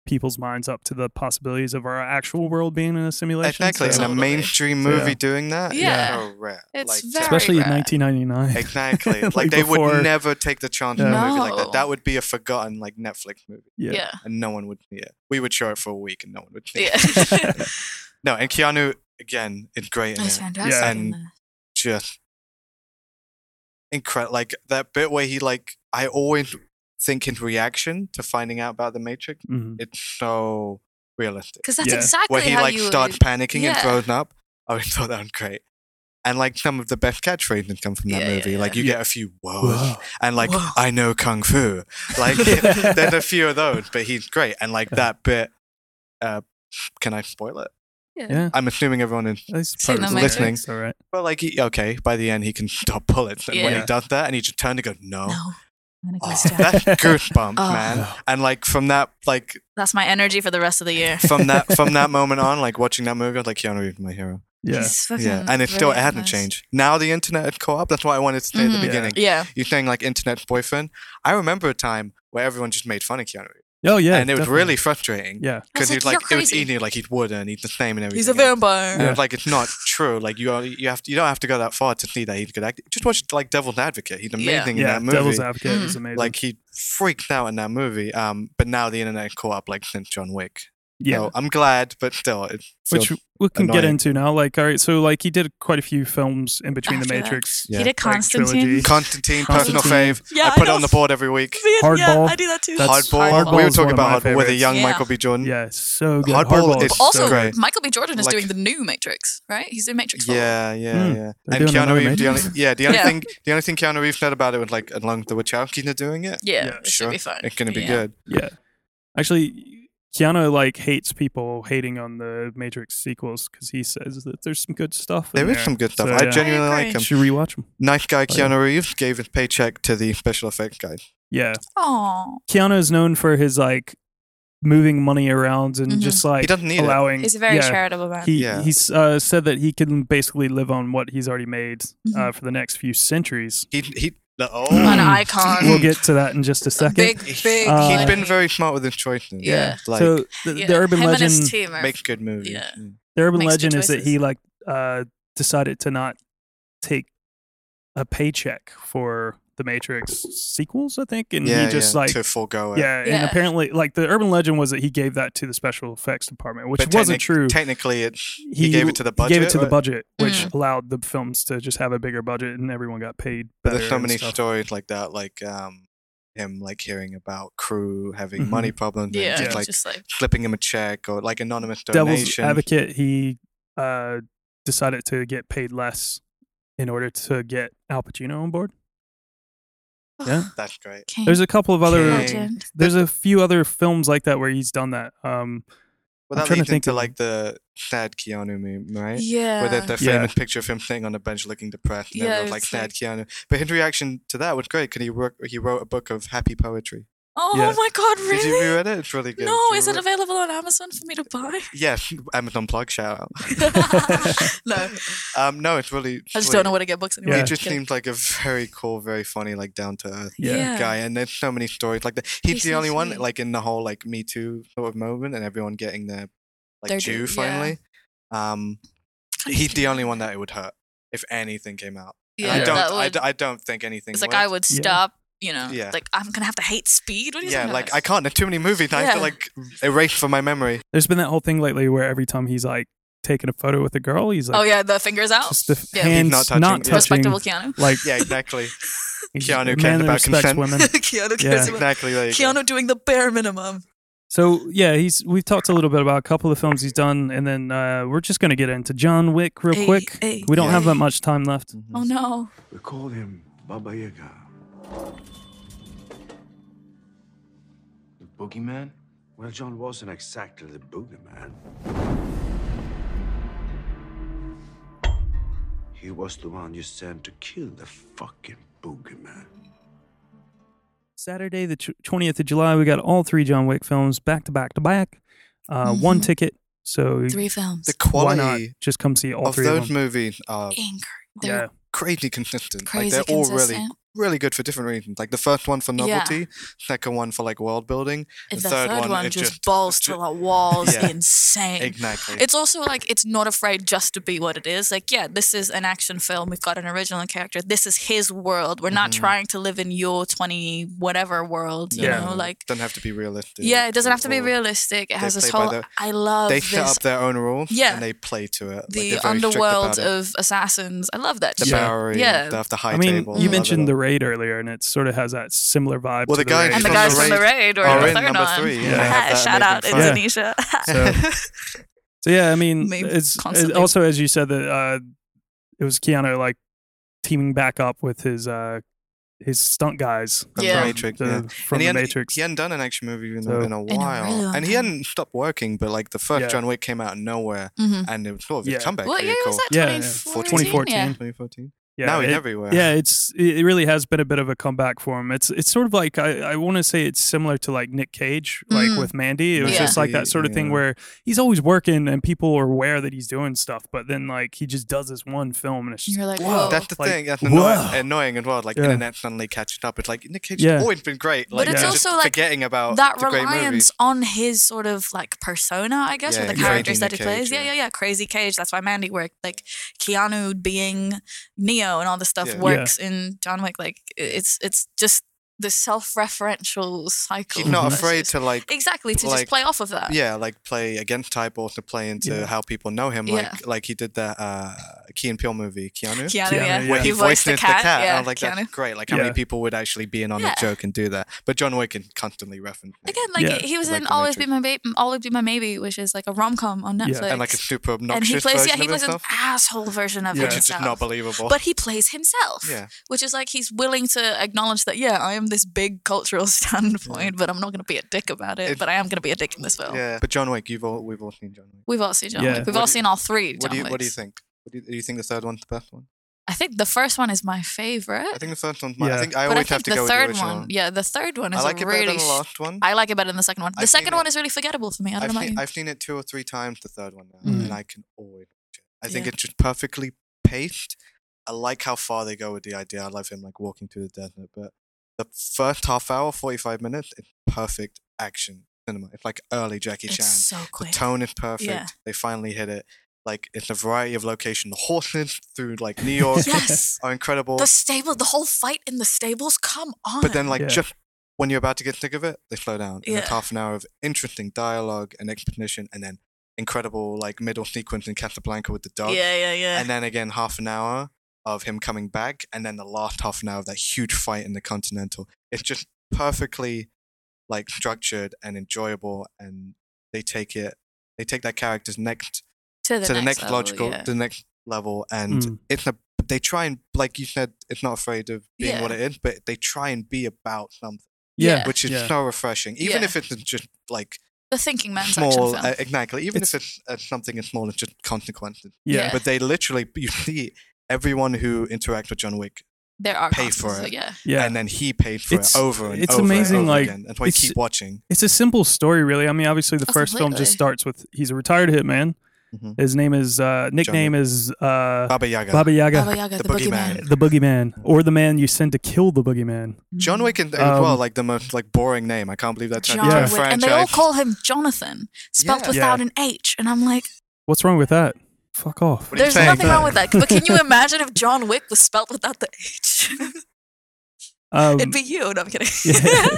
S1: people's minds up to the possibilities of our actual world being in a simulation.
S3: Exactly,
S1: So-
S3: and a mainstream movie doing that is
S2: Yeah.
S3: so rare.
S2: It's
S3: Like,
S2: very
S1: especially
S2: rare.
S1: in 1999.
S3: Exactly. like,
S1: Like
S3: they
S1: before-
S3: would never take the chance on
S1: Yeah.
S3: a movie like
S2: No.
S3: that. That would be a forgotten like Netflix movie.
S1: Yeah.
S2: Yeah.
S3: And no one would see it. We would show it for a week and no one would see
S2: Yeah.
S3: it. No, and Keanu again is great in
S2: That's
S3: it.
S2: fantastic.
S1: Yeah.
S2: in
S3: And
S2: there.
S3: Just incredible. Like that bit where he like I always think his reaction to finding out about the Matrix.
S1: Mhm.
S3: It's so realistic.
S2: Because that's
S1: Yeah.
S2: exactly
S3: where he
S2: how
S3: like
S2: you
S3: starts
S2: would-
S3: panicking and
S2: Yeah.
S3: throws up. I always thought that was great. And like some of the best catchphrases come from that
S2: Yeah, yeah,
S3: movie. Like you get a few whoa,
S1: Whoa.
S3: and like
S2: Whoa.
S3: I know kung fu. Like there's a few of those, but he's great. And like that bit. Uh, can I spoil it?
S1: Yeah.
S3: I'm assuming everyone is
S1: That's
S2: Seen
S1: part of
S2: the
S1: the
S3: Listening.
S1: Matrix, All right.
S3: But like, he, okay, by the end he can stop bullets, and when
S1: Yeah.
S3: he does that, and he just turned to go, no,
S2: No. I'm gonna go
S3: Oh,
S2: stab.
S3: that's goosebumps,
S2: Oh.
S3: man. And like from that, like
S2: That's my energy for the rest of the year.
S3: from that from that moment on, like watching that movie, I was like, Keanu Reeves, is my hero.
S1: Yeah.
S2: He's fucking
S3: yeah, and it still it
S2: brilliant
S3: hadn't
S2: in this.
S3: changed. Now the internet had caught up. That's why I wanted to say
S2: Mhm.
S3: at the
S1: Yeah.
S3: beginning.
S2: Yeah.
S3: You're saying like internet's boyfriend. I remember a time where everyone just made fun of Keanu Reeves,
S1: Oh yeah.
S3: and it was
S1: definitely.
S3: really frustrating
S1: Yeah.
S2: was
S3: because
S2: like,
S3: he's like,
S2: "You're
S3: it was
S2: crazy."
S3: easy, like he'd wooden, he's the same and everything.
S2: He's a
S3: And-
S2: vampire.
S3: And it's like it's not true. Like you, are, you have to, you don't have to go that far to see that he's a good actor. Just watch like Devil's Advocate. He's
S2: Yeah.
S3: amazing in
S1: Yeah.
S3: that movie.
S1: Devil's Advocate is
S2: Hmm.
S1: amazing.
S3: like he freaked out in that movie. Um, but now the internet caught up like since John Wick.
S1: yeah.
S3: So I'm glad, but still, it's
S1: Which we can get
S3: annoying.
S1: into now. Like, all right, so like he did quite a few films in between the
S2: After that.
S1: Matrix.
S3: Yeah.
S2: He did
S1: like,
S2: Constantine.
S1: trilogy.
S3: Constantine, personal
S1: Constantine.
S3: fave.
S2: Yeah,
S3: I
S2: I
S3: put it on
S2: know.
S3: the board every week.
S2: Yeah,
S1: Hardball.
S2: I do that too.
S1: That's-
S3: Hardball.
S2: Hardball
S3: We were
S1: is one
S3: talking
S1: of my
S3: about Hardball with a
S1: favorites.
S3: young
S2: Yeah.
S3: Michael B. Jordan.
S1: yeah, so good.
S3: Hardball
S1: Hardball
S3: is
S1: is
S2: also,
S1: so
S3: great.
S2: Michael B. Jordan is
S3: Like-
S2: doing the new Matrix, right? He's doing Matrix. four.
S3: Yeah, yeah,
S1: Mm.
S3: yeah.
S1: They're
S3: and
S1: doing
S3: Keanu
S1: another
S3: Reeves. The only,
S1: Matrix.
S3: yeah, the only
S2: Yeah.
S3: thing, the only thing Keanu Reeves said about it was like, along with the Wachowskis are doing it.
S2: Yeah,
S1: Yeah,
S2: it should
S3: sure.
S2: be fun.
S3: It's gonna be
S2: Yeah.
S3: good.
S1: Yeah. Actually, Keanu like hates people hating on the Matrix sequels because he says that there's some good stuff. in
S3: There is
S1: there.
S3: some good stuff.
S1: So,
S3: I
S1: yeah.
S3: genuinely
S2: I
S3: like
S2: agree.
S3: him.
S1: Should rewatch them.
S3: Nice guy
S1: Oh, yeah.
S3: Keanu Reeves gave his paycheck to the special effects guy.
S1: Yeah.
S2: Oh,
S1: Keanu is known for his like moving money around and
S2: Mhm.
S1: just like
S3: He doesn't need it.
S1: allowing.
S2: he's a very
S1: yeah,
S2: charitable man.
S1: He
S3: Yeah.
S1: he's uh, said that he can basically live on what he's already made uh,
S2: Mhm.
S1: for the next few centuries.
S3: He he. Oh,
S2: An icon.
S1: We'll get to that in just a second.
S2: Big, big.
S1: Uh,
S3: he's
S2: money.
S3: been very smart with his choices.
S2: Yeah.
S3: like
S1: so the,
S2: Yeah,
S1: Uh, the urban
S2: him and
S1: legend,
S2: his team are-
S3: make good movies. Mm.
S2: Yeah.
S1: the urban
S2: makes good
S1: legend is that he
S2: choices.
S1: like uh, decided to not take a paycheck for the Matrix sequels, I think, and
S3: yeah,
S1: he just
S3: yeah,
S1: like
S3: to forego it.
S1: yeah, and
S2: Yeah.
S1: apparently like the urban legend was that he gave that to the special effects department, which
S3: But
S1: wasn't
S3: technic-
S1: true.
S3: Technically, it's he, gave it to the budget.
S1: He gave it to the
S3: right?
S1: budget, which
S2: Mm.
S1: allowed the films to just have a bigger budget, and everyone got paid.
S3: But
S1: Better
S3: there's so
S1: and
S3: many
S1: stuff.
S3: stories like that, like um, him like hearing about crew having
S1: Mhm.
S3: money problems, and
S2: Yeah,
S3: just like
S2: just like
S3: slipping him a check or like anonymous
S1: Devil's
S3: donation.
S1: Advocate, he uh, decided to get paid less in order to get Al Pacino on board. Yeah.
S3: That's great.
S2: King.
S1: There's a couple of other.
S3: King.
S2: legend.
S1: There's a few other films like that where he's done that. Um,
S3: Well, that
S1: trying to
S3: leads
S1: think
S3: into
S1: of-
S3: like the sad Keanu meme, right?
S2: Yeah.
S3: Where there's the
S1: Yeah.
S3: famous picture of him sitting on a bench looking depressed, and
S2: Uh, Yeah,
S3: everyone's like
S2: it's
S3: sad
S2: like-
S3: Keanu. But his reaction to that was great because he wrote, he wrote a book of happy poetry.
S2: oh
S1: Yeah.
S2: my god,
S3: Did you
S2: really?
S3: read it? It's really good.
S2: No,
S3: It's
S2: is it
S3: re-
S2: available on Amazon for me to buy?
S3: Yes, Amazon plug shout out.
S2: no, I
S3: Um, no, it's really.
S2: just
S3: sweet.
S2: don't know where to get books anymore.
S1: Yeah.
S3: He just
S2: Get-
S3: seems like a very cool, very funny, like down to earth
S1: Yeah.
S2: Yeah.
S3: guy. And there's so many stories like that. He's,
S2: He's
S3: the
S2: so
S3: only one
S2: sweet.
S3: like in the whole like Me Too sort of moment, and everyone getting their like
S2: Their
S3: due
S2: due, yeah.
S3: finally. Um,
S2: Kinda
S3: he's the
S2: sad.
S3: only one that it would hurt if anything came out. And
S2: Yeah,
S3: I don't.
S2: that
S3: I,
S2: would-
S3: d- I don't think anything.
S2: it's like
S3: would.
S2: I would
S1: Yeah.
S2: stop. You know,
S3: Yeah.
S2: like I'm gonna have to hate speed. What are you
S3: Yeah,
S2: talking
S3: like I
S2: about?
S3: can't. There's too many movies. I have to
S2: Yeah.
S3: like erase from my memory.
S1: there's been that whole thing lately where every time he's like taking a photo with a girl, he's like,
S2: oh yeah, the fingers out.
S1: just the
S2: Yeah.
S1: hands
S3: He's not
S1: not
S3: touching-
S1: touching.
S3: yeah.
S2: Respectable Keanu.
S1: Like
S3: Yeah, exactly.
S2: uh,
S1: he's
S3: Keanu
S1: a
S3: cared
S1: man that
S3: about
S1: respects
S3: consent.
S1: women.
S2: Keanu
S1: Yeah.
S2: cares about
S3: exactly. There you go.
S2: Keanu doing the bare minimum.
S1: So yeah, he's we've talked a little bit about a couple of films he's done, and then uh, we're just gonna get into John Wick real
S2: Hey,
S1: quick.
S2: hey,
S1: we don't have
S2: hey.
S1: that much time left.
S3: Mm-hmm.
S2: Oh no.
S9: We call him Baba Yaga.
S8: The boogeyman?
S9: Well, John wasn't exactly the boogeyman. He was the one you sent to kill the fucking boogeyman.
S1: Saturday, the twentieth of July, we got all three John Wick films back to back to back. Uh, One
S2: Mhm.
S1: ticket, so
S2: Three films.
S3: The
S1: why not
S3: quality
S1: just come see all
S3: of
S1: three of
S3: those
S1: them?
S3: movies are
S2: Anger. They're
S1: Yeah,
S3: crazy consistent.
S2: crazy
S3: like they're all
S2: consistent.
S3: really really good for different reasons. Like the first one for
S2: Yeah.
S3: novelty, second one for like world building,
S2: If the third, one,
S3: it
S2: just, balls to the walls,
S3: Yeah.
S2: insane.
S3: Exactly.
S2: It's also like it's not afraid just to be what it is. Like, yeah, this is an action film. We've got an original character. This is his world. We're not
S3: Mhm.
S2: trying to live in your twenty whatever world. You know, like
S3: doesn't have to be realistic.
S2: yeah, it doesn't have to be
S3: or-
S2: realistic. It
S3: they
S2: has this
S3: play by
S2: whole.
S3: their-
S2: I love
S3: They
S2: this
S3: set up their own rules.
S2: Yeah.
S3: and they play to it. Like,
S2: the
S3: they're very strict
S2: underworld
S3: about it.
S2: of assassins. I love that.
S3: The
S2: shit.
S3: Bowery,
S2: yeah.
S3: they have the high
S1: I mean,
S3: table, I
S1: you
S3: love it all.
S1: mentioned the raid earlier, and it sort of has that similar vibe.
S3: Well,
S1: to
S3: the guy
S1: raid.
S3: from
S2: and the guys from the raid or
S3: are
S2: the
S3: in
S2: third
S3: number
S2: one.
S3: three, yeah,
S1: they have
S3: that
S2: Shout
S3: amazing
S2: out Indonesia.
S3: fight.
S1: So- So yeah, I mean,
S2: Maybe
S1: it's, it,
S2: constantly.
S1: also as you said that uh, it was Keanu like teaming back up with his uh, his stunt guys
S3: From
S2: Yeah.
S3: the Matrix.
S1: the- from
S3: yeah. and he
S1: the
S3: hadn't-
S1: Matrix.
S3: He hadn't done an action movie in,
S1: So-
S3: a, in a
S2: In a
S3: while,
S2: really long
S3: and he
S2: time.
S3: hadn't stopped working. But like the first
S1: Yeah.
S3: John Wick came out of nowhere,
S2: Mhm.
S3: and it was sort of
S1: Yeah.
S3: his comeback.
S2: What year
S3: vehicle.
S2: was that?
S1: Yeah, yeah.
S2: 2014?
S1: 2014.
S2: Yeah.
S3: 2014.
S1: Yeah,
S3: now he's
S1: it-
S3: everywhere.
S1: Yeah, it's it really has been a bit of a comeback for him. It's it's sort of like I, I want to say it's similar to like Nick Cage, like
S2: Mm.
S1: with Mandy. It was
S2: Yeah.
S1: just like that sort of thing
S3: Yeah.
S1: where he's always working and people are aware that he's doing stuff, but then like he just does this one film and it's just
S2: You're like,
S1: whoa.
S2: whoa.
S3: That's the
S1: Like,
S3: thing. That's
S1: wow.
S3: annoying, annoying as well. Like
S1: Yeah.
S3: internet suddenly catching up. It's like Nick Cage's
S1: Yeah.
S3: always been great.
S2: But
S3: Like
S1: it's
S3: you're just
S2: also, like,
S3: forgetting about
S2: that
S3: the Oh, great movies.
S2: reliance on his sort of like persona, I guess,
S3: Yeah,
S2: or the
S3: yeah.
S2: characters
S3: Crazy
S2: that he
S3: Cage,
S2: plays. Yeah.
S3: yeah.
S2: yeah, yeah, Crazy Cage. That's why Mandy worked. Like Keanu being Neo and all this stuff
S3: Yeah. Yeah.
S2: works in John Wick. Like i- it's it's just the self-referential cycle.
S3: He's not
S2: versus-
S3: afraid to like.
S2: exactly to just
S3: like-
S2: play off of that.
S3: Yeah, like play against type or to play into
S1: Yeah.
S3: how people know him.
S2: Yeah.
S3: Like like he did that uh, Key and Peele movie, Keanu.
S2: Keanu,
S1: Keanu,
S2: yeah,
S1: yeah. Where
S2: he voiced the
S3: as
S2: cat.
S3: and
S2: Yeah,
S3: I was like,
S2: Keanu.
S3: that's great. Like, how
S1: Yeah.
S3: many people would actually be in on
S2: Yeah.
S3: a joke and do that? But John Wick can constantly reference it.
S2: Again, like
S1: Yeah.
S2: he was
S3: Like
S2: in
S3: The
S2: Always Be
S3: Matrix.
S2: My Baby, Always Be My Maybe, which is like a rom com on
S1: Yeah.
S2: Netflix.
S3: and like a super obnoxious
S2: And he plays, yeah,
S3: version
S2: he
S3: of
S2: plays an
S3: himself,
S2: asshole version of
S1: Yeah.
S3: which
S2: himself.
S3: is just not believable.
S2: but he plays himself,
S3: Yeah.
S2: which is like he's willing to acknowledge that, yeah, I am this big cultural standpoint, but I'm not going to be a dick about it,
S3: It-
S2: but I am going to be a dick in this film.
S3: yeah, but John Wick, you've all we've all seen John Wick.
S2: We've all seen John
S1: Yeah.
S2: Wick. We've
S3: What
S2: all
S3: do you-
S2: seen all three John
S3: What do you What do you
S2: Wicks.
S3: think? What do you, do you think the third one's the best one?
S2: I think the first one is my favorite.
S3: I think the first one's mine.
S1: Yeah.
S3: I think I
S2: but I
S3: always
S2: think
S3: have to
S2: the
S3: go with the
S2: third
S3: original
S2: one, yeah, the third one is
S3: I like
S2: a
S3: it
S2: really.
S3: better than the
S2: sh-
S3: last one.
S2: I like it better than the second one. The
S3: I've seen
S2: second one
S3: it.
S2: is really forgettable for me. I don't
S3: I've,
S2: know about
S3: seen,
S2: you.
S3: I've seen it two or three times, the third one now,
S1: Mm.
S3: and I can always watch it. I think
S2: Yeah.
S3: it's just perfectly paced. I like how far they go with the idea. I love him like walking through the desert, but the first half hour, 45 minutes, is perfect action cinema. It's like early Jackie
S2: It's
S3: Chan.
S2: so quick.
S3: the tone is perfect.
S2: Yeah.
S3: They finally hit it. Like it's a variety of location. The horses through like New York
S2: Yes.
S3: are incredible.
S2: The stable, the whole fight in the stables. Come on.
S3: But then, like,
S1: Yeah.
S3: just when you're about to get sick of it, they slow down. And
S2: Yeah.
S3: it's half an hour of interesting dialogue and exposition, and then incredible, like, middle sequence in Casablanca with the dog.
S2: yeah, yeah, yeah.
S3: And then again, half an hour of him coming back, and then the last half an hour of that huge fight in the Continental. It's just perfectly, like, structured and enjoyable, and they take it, they take that character's next
S2: to the,
S3: to the next,
S2: level,
S3: logical,
S2: yeah.
S3: to the next level, and
S1: Mm.
S3: it's a they try and like you said, it's not afraid of being
S2: Yeah.
S3: what it is, but they try and be about something,
S1: yeah,
S3: which is
S1: yeah.
S3: so refreshing. Even
S2: Yeah.
S3: if it's just like
S2: the thinking man's
S3: small,
S2: action film.
S3: uh, exactly. Even if it's uh, something as small as just consequences,
S1: yeah.
S3: but they literally you see everyone who interacts with John Wick,
S2: there are
S3: pay for
S2: consequences,
S3: it.
S2: Yeah,
S1: yeah.
S3: and then he paid for
S1: It's-
S3: it over and
S1: it's
S3: over and
S1: amazing,
S3: over
S1: like,
S3: again. That's why you
S1: it's-
S3: keep watching.
S1: it's a simple story, really. I mean, obviously, the
S2: Oh,
S1: first film just
S2: completely.
S1: starts with he's a retired hitman.
S3: Mhm.
S1: His name is uh, nickname is uh,
S3: Baba Yaga.
S1: Baba Yaga,
S2: Baba Yaga, the,
S3: The
S2: boogeyman.
S3: Boogeyman.
S1: the boogeyman, or the man you send to kill the boogeyman.
S3: John Wick and, as
S1: Um,
S3: well, like the most like boring name. I can't believe that turned
S2: John
S3: into a
S1: Yeah.
S2: Wick, Mm-hmm. and they all
S3: franchise.
S2: call him Jonathan, spelled
S3: Yeah.
S2: without
S1: Yeah.
S2: an H. And I'm like,
S1: What's wrong with that? Fuck off.
S3: What do you
S2: there's
S3: think?
S2: nothing wrong with that. But can you imagine if John Wick was spelled without the H?
S1: Um,
S2: It'd be you. No, I'm kidding.
S1: yeah.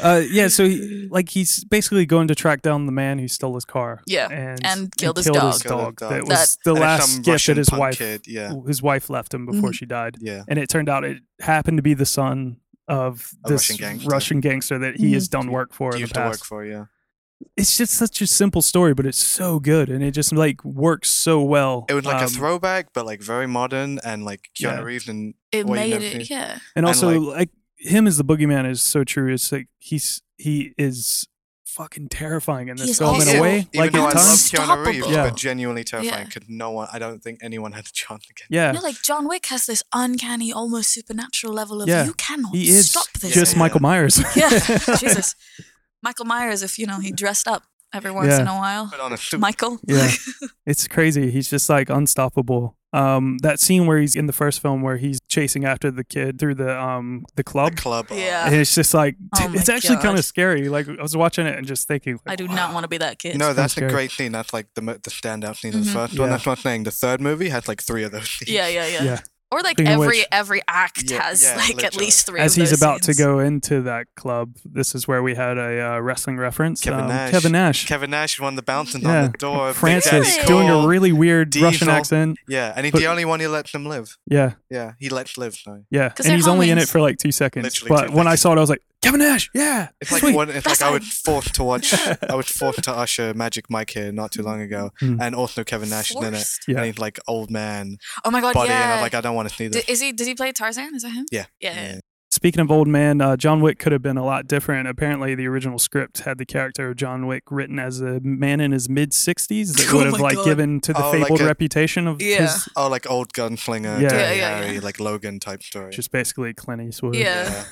S1: uh, yeah, so he, like he's basically going to track down the man who stole his car.
S2: Yeah,
S1: and,
S2: and killed his
S1: his dog.
S3: dog. Killed
S1: That
S3: his dog.
S1: was the
S3: And it's
S1: last
S3: some
S1: gift
S3: Russian
S1: that his
S3: punk
S1: wife,
S3: kid, yeah.
S1: his wife left him before
S2: Mhm.
S1: she died.
S3: Yeah.
S1: And it turned out it happened to be the son of
S3: A
S1: this
S3: Russian gangster.
S1: Russian gangster that he
S2: Mm-hmm.
S1: has done work for in the
S3: Used to work
S1: past.
S3: for yeah.
S1: It's just such a simple story, but it's so good, and it just like works so well.
S3: It was like a
S1: Um,
S3: throwback, but like very modern and like Keanu
S1: Yeah.
S3: Reeves and
S2: It
S3: Well, you
S2: made
S3: know,
S2: it. Yeah.
S1: and
S3: And,
S1: also
S3: like-
S1: like, him as the boogeyman is so true. It's like he's he is fucking terrifying in this
S2: He's
S1: film in
S2: also-
S1: a way.
S3: even
S1: like
S3: though
S1: at
S3: I love
S1: times,
S3: Keanu Reeves,
S1: Yeah.
S3: but genuinely terrifying.
S2: Yeah.
S3: Could no one? I don't think anyone had a chance against.
S1: yeah,
S2: No, like John Wick has this uncanny, almost supernatural level of
S1: Yeah.
S2: you cannot
S1: he is
S2: stop this.
S1: just
S2: man."
S1: Michael Myers.
S2: Yeah, Jesus. Michael Myers, if you know he dressed up every once
S1: Yeah.
S2: in a while.
S3: Put on a suit.
S2: Michael.
S1: Yeah. it's crazy. He's just like unstoppable. Um, that scene where he's in the first film where he's chasing after the kid through the um the club.
S3: club.
S2: Yeah.
S1: And it's just like
S2: Oh my
S1: it's actually
S2: God.
S1: kind of scary. Like I was watching it and just thinking,
S2: I
S1: like,
S2: do not want to be that kid.
S3: No, that's
S1: scary.
S3: a great scene. That's like the mo- the standout scene of
S2: Mhm.
S3: the first one.
S1: Yeah.
S3: That's what I'm saying. The third movie has like three of those scenes.
S2: Yeah, yeah, yeah.
S1: yeah.
S2: Or like
S1: Speaking of
S2: every
S1: which-
S2: every act
S3: Yeah,
S2: has
S3: yeah,
S2: like at
S3: literally.
S2: least three.
S1: As
S2: of
S1: he's
S2: those
S1: about
S2: scenes.
S1: to go into that club, this is where we had a uh, wrestling reference.
S3: Kevin
S1: Um,
S3: Nash.
S1: Kevin Nash.
S3: Kevin Nash is one of the bouncing
S1: yeah.
S3: on the door. Big
S1: Francis
S3: Daddy
S1: doing a
S3: Cole.
S1: really weird Russian
S3: Diesel.
S1: accent.
S3: Yeah, and he's
S1: But-
S3: the only one who lets them live.
S1: Yeah.
S3: Yeah, he lets live. Sorry.
S1: Yeah.
S2: 'Cause
S1: And
S2: they're
S1: he's only in
S2: homies.
S1: it for like two seconds.
S3: Literally
S1: but
S3: two
S1: when I
S3: seconds.
S1: saw it, I was like, Kevin Nash. Yeah.
S3: It's like
S1: sweet.
S3: one. It's
S2: That's
S3: like I
S2: like-
S3: was forced to watch. I was forced to usher Magic Mike here not too long ago,
S1: Hmm.
S3: and also Kevin Nash is in it.
S2: Forced?
S1: Yeah.
S3: And he's like old man
S2: Oh my god!
S3: body,
S2: yeah.
S3: and I'm like, I don't want to see this.
S2: Did, is he? Did he play Tarzan? Is that him?
S3: Yeah.
S2: Yeah. yeah.
S1: Speaking of old man, uh, John Wick could have been a lot different. Apparently, the original script had the character of John Wick written as a man in his mid 60s that
S2: Oh
S1: would have
S2: my
S1: like
S2: God.
S1: given to the
S3: Oh, like
S1: fabled
S3: a-
S1: reputation of
S2: Yeah.
S1: his,
S3: Oh, like old gunslinger,
S1: Yeah.
S3: Dirty
S2: Yeah, yeah,
S3: Harry,
S2: yeah.
S3: like Logan type story.
S1: just basically Clint Eastwood.
S2: Yeah.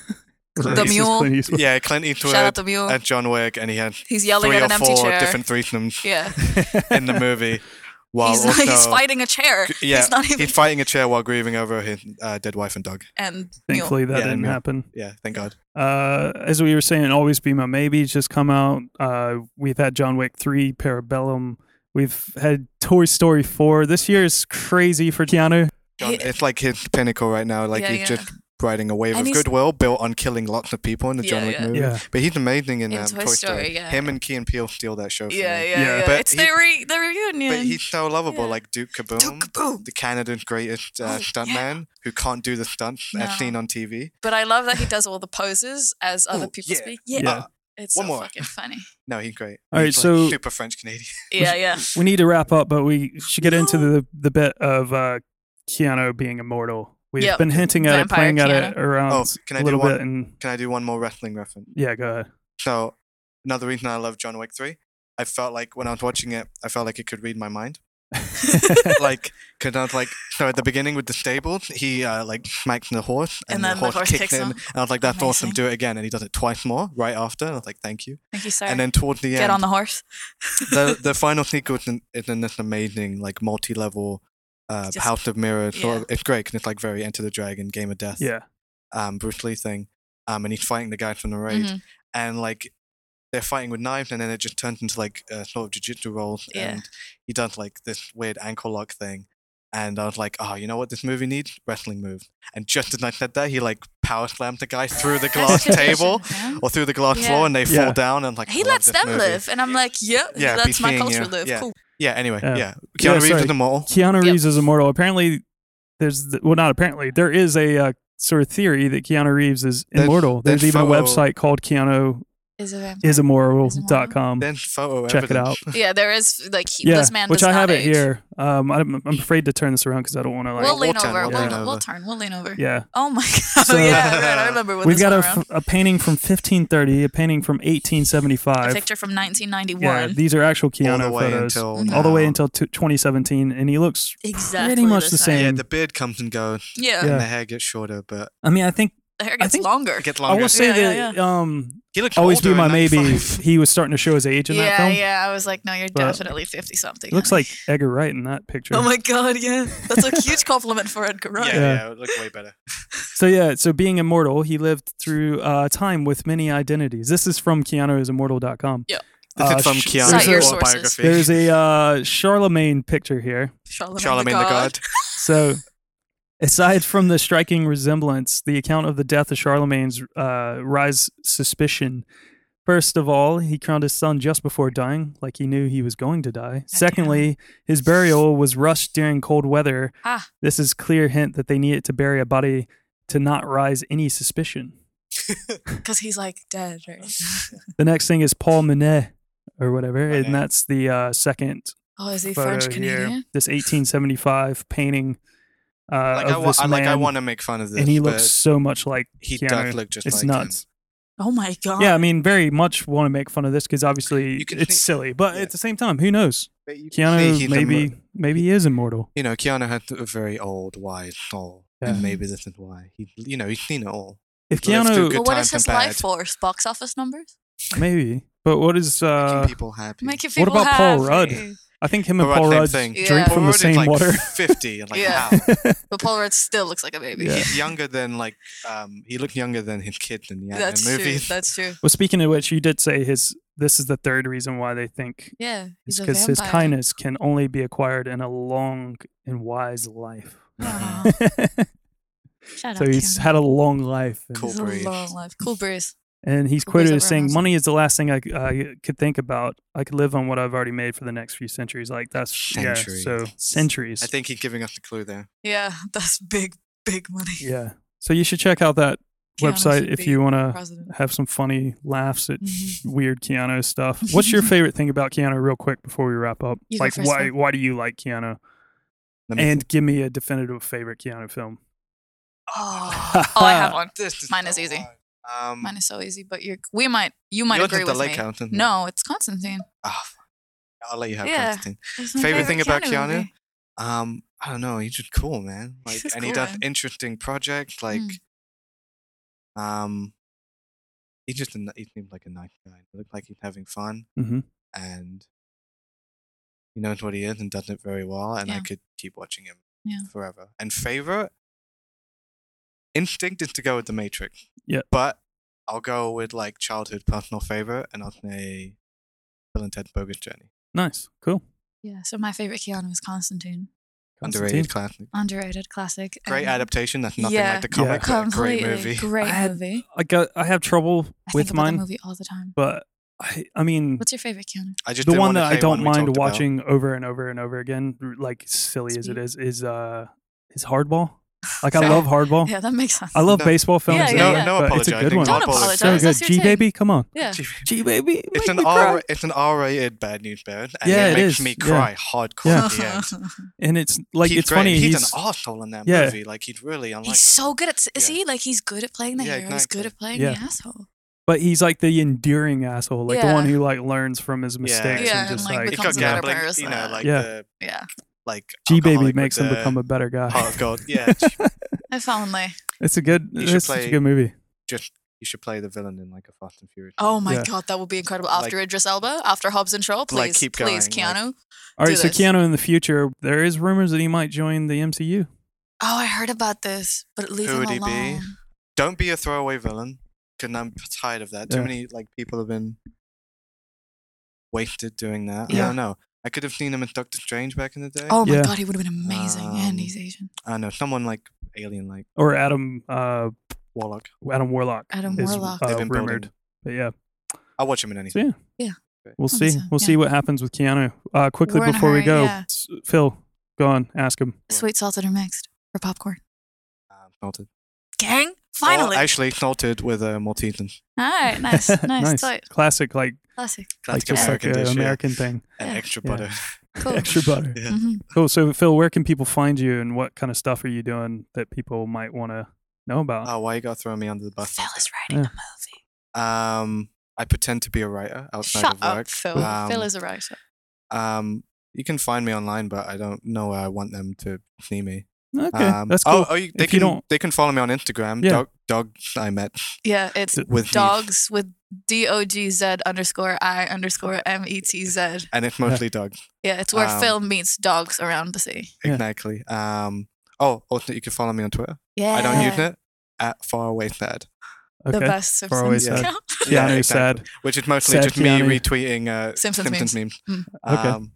S1: Clint
S2: The
S1: Eastwood,
S2: Mule.
S1: Clint Eastwood.
S3: yeah, Clint Eastwood
S2: Shout out to Mule.
S3: and John Wick, and he had
S2: He's yelling
S3: uh, three
S2: at an
S3: or
S2: empty
S3: four
S2: chair.
S3: different threesomes
S2: Yeah.
S3: in the movie. While
S2: he's,
S3: also,
S2: he's fighting a chair.
S3: Yeah,
S2: He's not even.
S3: he's fighting a chair while grieving over his uh, dead wife and dog.
S2: and Mule.
S1: Thankfully, that
S3: Yeah,
S1: didn't
S3: Mule.
S1: happen.
S3: Yeah, thank God.
S1: Uh, as we were saying, Always Be My Maybe's just come out. Uh, we've had John Wick 3, Parabellum. We've had Toy Story 4. This year is crazy for Keanu.
S3: John,
S2: He-
S3: it's like his pinnacle right now. Like
S2: Yeah,
S3: he's
S2: yeah.
S3: just riding a wave
S2: And
S3: of
S2: he's-
S3: goodwill built on killing lots of people in the John
S2: Yeah,
S3: Wick
S2: yeah.
S3: movie.
S1: Yeah.
S3: But he's amazing in,
S2: In
S3: um,
S2: Toy
S3: Toy,
S2: Story,
S3: Story.
S2: yeah.
S3: Him and Key and Peele steal that show.
S2: Yeah, yeah,
S3: from me.
S2: yeah.
S1: Yeah.
S3: But
S2: it's
S3: he-
S2: their re- the reunion.
S3: But he's so lovable,
S2: Yeah.
S3: like Duke Kaboom,
S2: Duke Kaboom.
S3: the Canada's greatest uh,
S2: Oh,
S3: stuntman who can't do the stunts
S2: No.
S3: as seen on TV.
S2: But I love that he does all the poses as other
S3: Ooh,
S2: people
S3: yeah.
S2: speak. Yeah.
S1: Yeah.
S2: It's
S3: One
S2: so
S3: more.
S2: fucking funny.
S3: No, he's great.
S1: All right,
S3: He's, like,
S1: so-
S3: super French Canadian.
S2: Yeah, yeah.
S1: We need to wrap up, but we should get into
S2: No.
S1: the, the bit of uh, Keanu being immortal. We've
S2: Yep.
S1: been hinting at
S2: Vampire
S1: it, playing at it around
S3: Oh, can I
S1: a
S3: do
S1: little
S3: one?
S1: bit. and
S3: Can I do one more wrestling reference?
S1: Yeah, go ahead.
S3: So another reason I love John Wick three, I felt like when I was watching it, I felt like it could read my mind. like, cause I was like, so at the beginning with the stables, he uh, like smacks the horse,
S2: And
S3: and,
S2: then
S3: the, horse kicks
S2: him.
S3: him, and I was like, that's awesome,
S2: Amazing.
S3: do it again, and he does it twice more right after. And I was like, thank you.
S2: Thank you, sir.
S3: And then towards the
S2: Get
S3: end,
S2: on the horse.
S3: the the final sequence in, is in this amazing like multi level uh,
S2: Just-
S3: House of Mirrors. sort
S2: yeah.
S3: of- it's great, cause it's like very Enter the Dragon, Game of Death,
S1: Yeah.
S3: um, Bruce Lee thing, um, and he's fighting the guy from the raid
S2: Mhm.
S3: and like they're fighting with knives, and then it just turns into like uh, sort of jujitsu rolls,
S2: Yeah.
S3: and he does like this weird ankle lock thing. And I was like, oh, you know what this movie needs? Wrestling move. And just as I said that, he like power slammed the guy through the glass
S2: That's good
S3: table
S2: vision, man.
S3: or through the glass
S2: Yeah.
S3: floor, and they
S1: Yeah.
S3: fall down. And like,
S2: He
S3: I love
S2: lets
S3: this
S2: them
S3: movie.
S2: live. And I'm like, yep,
S3: Yeah,
S2: yeah,
S3: be
S2: that's my
S3: seeing
S2: culture
S3: you.
S2: live.
S3: Yeah.
S2: Cool.
S3: Yeah. Anyway,
S1: Yeah.
S3: yeah.
S1: Yeah,
S3: Keanu Reeves
S1: sorry.
S3: is immortal.
S1: Keanu
S2: Yep.
S1: Reeves is immortal. Apparently, there's the, well, not apparently. There is a uh, sort of theory that Keanu Reeves is
S3: There's-
S1: immortal. There's,
S3: there's
S1: even a
S3: photo-
S1: website called Keanu
S2: Is a vampire.
S1: is immortal.com.
S3: Then photo
S1: Check it
S3: evidence.
S2: yeah, there is like he,
S1: Yeah,
S2: this man
S1: which
S2: does
S1: I
S2: not
S1: have it
S2: age.
S1: here. Um, I'm, I'm afraid to turn this around because I don't want to like.
S2: We'll
S3: We'll
S2: lean
S3: turn,
S2: over.
S3: we'll
S2: We'll,
S3: lean
S2: we'll,
S3: over.
S2: turn. We'll lean over.
S1: yeah.
S2: Oh my god.
S1: So-
S2: yeah, right. I remember when
S1: We've
S2: this
S1: got a,
S2: went
S1: f-
S2: around.
S1: a painting from 1530, a painting from
S2: a
S1: 1875.
S2: picture from 1991.
S1: Yeah, these are actual
S3: All
S1: Keanu
S3: the way
S1: photos.
S3: until
S2: Mhm.
S1: all the way
S3: now.
S1: until t- 2017, and he looks.
S2: exactly.
S1: much the
S3: Yeah,
S1: same.
S3: the beard comes and goes,
S2: Yeah.
S1: Yeah.
S3: and the hair gets shorter, but
S1: I mean, I think
S2: The hair gets
S1: think-
S2: longer.
S3: it gets
S1: I
S3: longer.
S1: will say
S2: Yeah, yeah,
S1: that um,
S3: he looks
S1: always
S3: older
S1: be
S3: in
S1: my maybe.
S3: 95.
S1: He was starting to show his age in that
S2: yeah,
S1: film.
S2: yeah. I was like, no, you're
S1: But-
S2: definitely 50 something.
S1: It looks like Edgar Wright in that picture.
S2: Oh my god, yeah. That's a huge compliment for Edgar Wright.
S3: Yeah,
S1: Yeah.
S3: yeah, it would look way better.
S1: so yeah, so being immortal, he lived through uh, time with many identities. This is from KeanuIsImmortal.com.
S2: Yeah.
S3: This
S1: Uh,
S3: is from
S1: sh-
S3: Keanu's
S2: Cite your sources.
S3: autobiography.
S1: There's a uh, Charlemagne picture here.
S2: Charlemagne,
S3: Charlemagne the God.
S1: Uh, So, aside from the striking resemblance, the account of the death of Charlemagne's uh, rise suspicion. First of all, he crowned his son just before dying, like he knew he was going to die. Secondly, his burial was rushed during cold weather.
S2: Ah.
S1: This is clear hint that they needed to bury a body to not rise any suspicion.
S2: Because he's like dead, right?
S1: The next thing is Paul Monet or whatever,
S3: Monet.
S1: and that's the uh, second
S2: Oh, is he
S1: photo
S2: French
S1: here.
S2: Canadian?
S1: This 1875 painting uh,
S3: Like
S1: of
S3: I, wa-
S1: this
S3: I, like I
S1: man.
S3: want to make fun of this,
S1: and he
S3: but
S1: looks so much like
S3: he
S1: Keanu.
S3: does look just
S1: it's
S3: like
S1: nuts.
S2: Oh my god.
S1: Yeah, I mean, very much want to make fun of this because obviously
S3: You
S1: it's
S3: can think-
S1: silly, but
S3: yeah.
S1: at the same time, who knows?
S3: him. you
S1: Keanu maybe maybe he is immortal.
S3: you know Keanu had a very old, wise soul,
S1: Yeah.
S3: and maybe this is why he you know he's seen it all.
S1: If
S3: Let's do
S1: Keanu,
S3: good
S2: Well, what
S3: times
S2: is his
S3: and
S2: life
S3: bad.
S2: force? Box office numbers?
S1: Maybe. But what is uh,
S3: people happy?
S2: Making
S1: What
S2: people
S1: about Paul Rudd?
S2: happy.
S1: I think him and
S3: Paul
S1: Paul
S3: Rudd,
S1: Rudd
S3: same
S1: drink
S3: thing.
S2: Yeah.
S1: from
S3: Paul
S1: the
S3: Rudd is
S1: same
S3: like
S1: water.
S3: 50 and like
S2: yeah,
S3: how?
S2: but Paul Rudd still looks like a baby.
S1: Yeah.
S3: He's younger than like um he looked younger than his kid in the
S2: That's
S3: anime movie.
S2: true. That's true.
S1: well, speaking of which, you did say his. This is the third reason why they think
S2: Yeah,
S1: is
S2: he's a
S1: because his
S2: vampire.
S1: kindness can only be acquired in a long and wise life.
S2: Aw, Shut
S1: so
S2: up,
S1: he's
S2: Keanu.
S1: had a long life. And,
S3: Cool
S2: He's a
S3: breeze.
S2: long life. Cool breeze.
S1: and he's
S2: Cool
S1: quoted
S2: breeze
S1: as
S2: over
S1: saying,
S2: house.
S1: "Money is the last thing I, I could think about. I could live on what I've already made for the next few centuries. Like that's
S3: Centuries.
S1: yeah. So centuries.
S3: I think he's giving us the clue there.
S2: Yeah, that's big, big money.
S1: yeah. So you should check out that
S2: Keanu
S1: website
S2: should
S1: if
S2: be
S1: you want to
S2: president.
S1: have some funny laughs at
S2: Mhm.
S1: weird Keanu stuff. What's your favorite thing about Keanu, real quick, before we wrap up?
S2: You go
S1: like,
S2: first,
S1: why
S2: Phil.
S1: why do you like Keanu?
S3: Let me-
S1: And give me a definitive favorite Keanu film.
S2: Oh, oh, I have one.
S3: This is
S2: Mine is
S3: so
S2: easy.
S3: hard. Um,
S2: Mine is so easy, but you're we might you might
S3: yours is
S2: agree
S3: the
S2: with
S3: lake
S2: me.
S3: house, isn't it?
S2: no, it's Constantine.
S3: Oh, fuck. I'll let you have
S2: Yeah.
S3: Constantine.
S2: It's my
S3: Favorite thing about Keanu?
S2: movie.
S3: Um, I don't know. He's just cool, man. Like,
S2: just
S3: and he
S2: cool,
S3: does
S2: man. Hmm.
S3: interesting projects. Like, um, he just a n he seems like a nice guy. He looks like he's having fun,
S2: Mm-hmm.
S1: Mhm.
S3: and he knows what he is and does it very well. And I
S2: Yeah.
S3: could keep watching him
S2: Yeah.
S3: forever. And favorite instinct is to go with the Matrix.
S1: Yeah.
S3: but I'll go with like childhood personal favorite, and I'll say Bill and Ted Bogus Journey.
S1: Nice, cool,
S2: Yeah, so my favorite Keanu is Constantine.
S3: Underrated classic.
S2: Underrated classic.
S3: Great
S2: and
S3: adaptation. That's nothing
S2: Um, Yeah.
S3: like the
S1: Yeah.
S3: comic. but a
S2: Completely
S3: Great movie.
S1: I
S2: Great
S1: had-
S2: movie.
S1: I got I have trouble
S2: I think
S1: with
S2: about
S1: mine,
S2: that movie all the time.
S1: but I I mean
S2: What's your favorite Keanu?
S3: I just
S1: the
S3: didn't
S1: one
S3: wanna
S1: that I
S3: say
S1: don't
S3: we
S1: mind
S3: talked about.
S1: watching over and over and over again, r- like silly as it
S2: Speed.
S1: is, is uh is Hardball. Like I
S2: Fair.
S1: love Hardball.
S2: Yeah, that makes sense.
S1: Oh. I love
S3: No.
S1: baseball films.
S2: Yeah,
S1: and
S2: yeah,
S1: all
S2: yeah.
S1: that,
S3: No, no
S1: but it's a
S3: apologizing.
S1: good one.
S2: Don't
S3: Hardball is
S2: apologize.
S1: So
S3: great.
S1: good.
S2: That's your
S1: G baby, come on.
S2: yeah.
S1: G baby,
S3: It's an R. It's an R-rated Bad News Bears, and
S1: Yeah,
S3: it,
S1: it
S3: makes
S1: is.
S3: me
S1: Yeah.
S3: cry hardcore at the end.
S1: and it's like
S3: He's
S1: it's
S3: great.
S1: funny.
S3: He's,
S1: He's,
S3: an asshole in that
S1: Yeah.
S3: movie. Like he's really unlike.
S2: He's so good at is
S3: Yeah.
S2: he like he's good at playing the
S3: Yeah,
S2: hero, he's good
S3: exactly.
S2: at playing
S1: Yeah.
S2: the asshole.
S1: but he's like the endearing asshole, like the
S2: Yeah.
S1: one who like learns from his mistakes
S2: Yeah,
S1: and
S2: and,
S1: just
S2: like,
S1: like,
S3: he's got
S2: becomes a better
S3: gambling. You know,
S2: person.
S3: like
S1: Yeah.
S3: the
S2: Yeah.
S3: like.
S1: G baby
S3: alcoholic
S1: makes
S3: with
S1: him
S3: the
S1: become a better guy.
S3: heart of gold. Yeah,
S2: If only.
S1: It's a good.
S3: You
S1: It's
S3: should
S1: such a
S3: play-
S1: good movie.
S3: just you should play the villain in like a Fast and Furious.
S2: Oh my
S1: Yeah.
S2: god, that would be incredible.
S3: Like-
S2: After Idris Elba, after Hobbs and Shaw, please,
S3: Like, keep
S2: please,
S3: going, like-
S2: Keanu.
S1: All
S2: do
S1: right, so
S2: this.
S1: Keanu in the future, there is rumors that he might join the MCU.
S2: Oh, I heard about this, but leave
S3: Who
S2: him
S3: would he be?
S2: alone.
S3: Don't be a throwaway villain. Cause I'm tired of that. Too
S1: Yeah.
S3: many like people have been wasted doing that. I
S2: Yeah.
S3: don't know. I could have seen him in Doctor Strange back in the day.
S2: Oh my
S1: Yeah.
S2: god, he would have been amazing,
S3: Um,
S2: and he's Asian.
S3: I don't know. Someone like alien, like
S1: Or Adam, uh,
S3: Warlock.
S1: Adam Warlock.
S2: Adam
S1: is,
S2: Warlock.
S1: Uh,
S3: They've been building.
S1: rumored. But yeah,
S3: I'll watch him in anything.
S1: yeah. we'll
S2: That'd be
S1: see.
S2: so-
S1: We'll
S2: yeah.
S1: see what happens with Keanu. Uh, quickly
S2: We're in a
S1: before we
S2: hurry,
S1: go,
S2: yeah.
S1: s- Phil, go on, ask him.
S2: Sweet salted or mixed for popcorn.
S3: Um, salted.
S2: Gang,
S3: Or
S2: finally.
S3: actually, salted with a Maltesans.
S2: All right, nice, nice, tight,
S1: classic, like
S2: classic,
S1: like
S3: Classic
S1: just
S3: American
S1: like a
S3: dish.
S1: American thing.
S3: Yeah. And
S2: Yeah.
S3: extra
S1: Yeah.
S3: butter.
S2: cool.
S1: Extra butter.
S3: Yeah.
S2: hmm
S1: Cool. So Phil, where can people find you, and what kind of stuff are you doing that people might want to know about?
S3: Oh, why you gotta throw me under the bus?
S2: Phil is writing
S1: Yeah.
S2: a movie.
S3: Um, I pretend to be a writer outside
S2: Shut
S3: of work.
S2: up, Phil.
S3: Um,
S2: Phil is a writer.
S3: um, you can find me online, but I don't know where I want them to see me.
S1: okay,
S3: um,
S1: that's cool.
S3: Oh, oh you, they
S1: If
S3: can
S1: you don't-
S3: they can follow me on Instagram.
S1: Yeah.
S3: Dog, dogs I met
S2: Yeah, it's
S3: with dogs,
S2: dogs with D O G Z underscore I underscore M E T Z.
S3: and it's mostly dogs.
S2: Yeah, it's where
S3: Um,
S2: Phil meets dogs around the sea.
S1: Yeah.
S3: Exactly. Um. Oh, also you can follow me on Twitter.
S2: Yeah,
S3: I don't use it at Far Away Sad.
S2: The
S1: Okay.
S2: best
S1: Far away
S2: Simpsons
S3: side.
S2: account.
S1: Keanu
S3: exactly.
S1: said.
S3: Which is mostly
S1: Sad
S3: just
S1: Keanu.
S3: me retweeting uh,
S2: Simpsons
S3: Simpsons, memes.
S1: Okay.
S3: Um,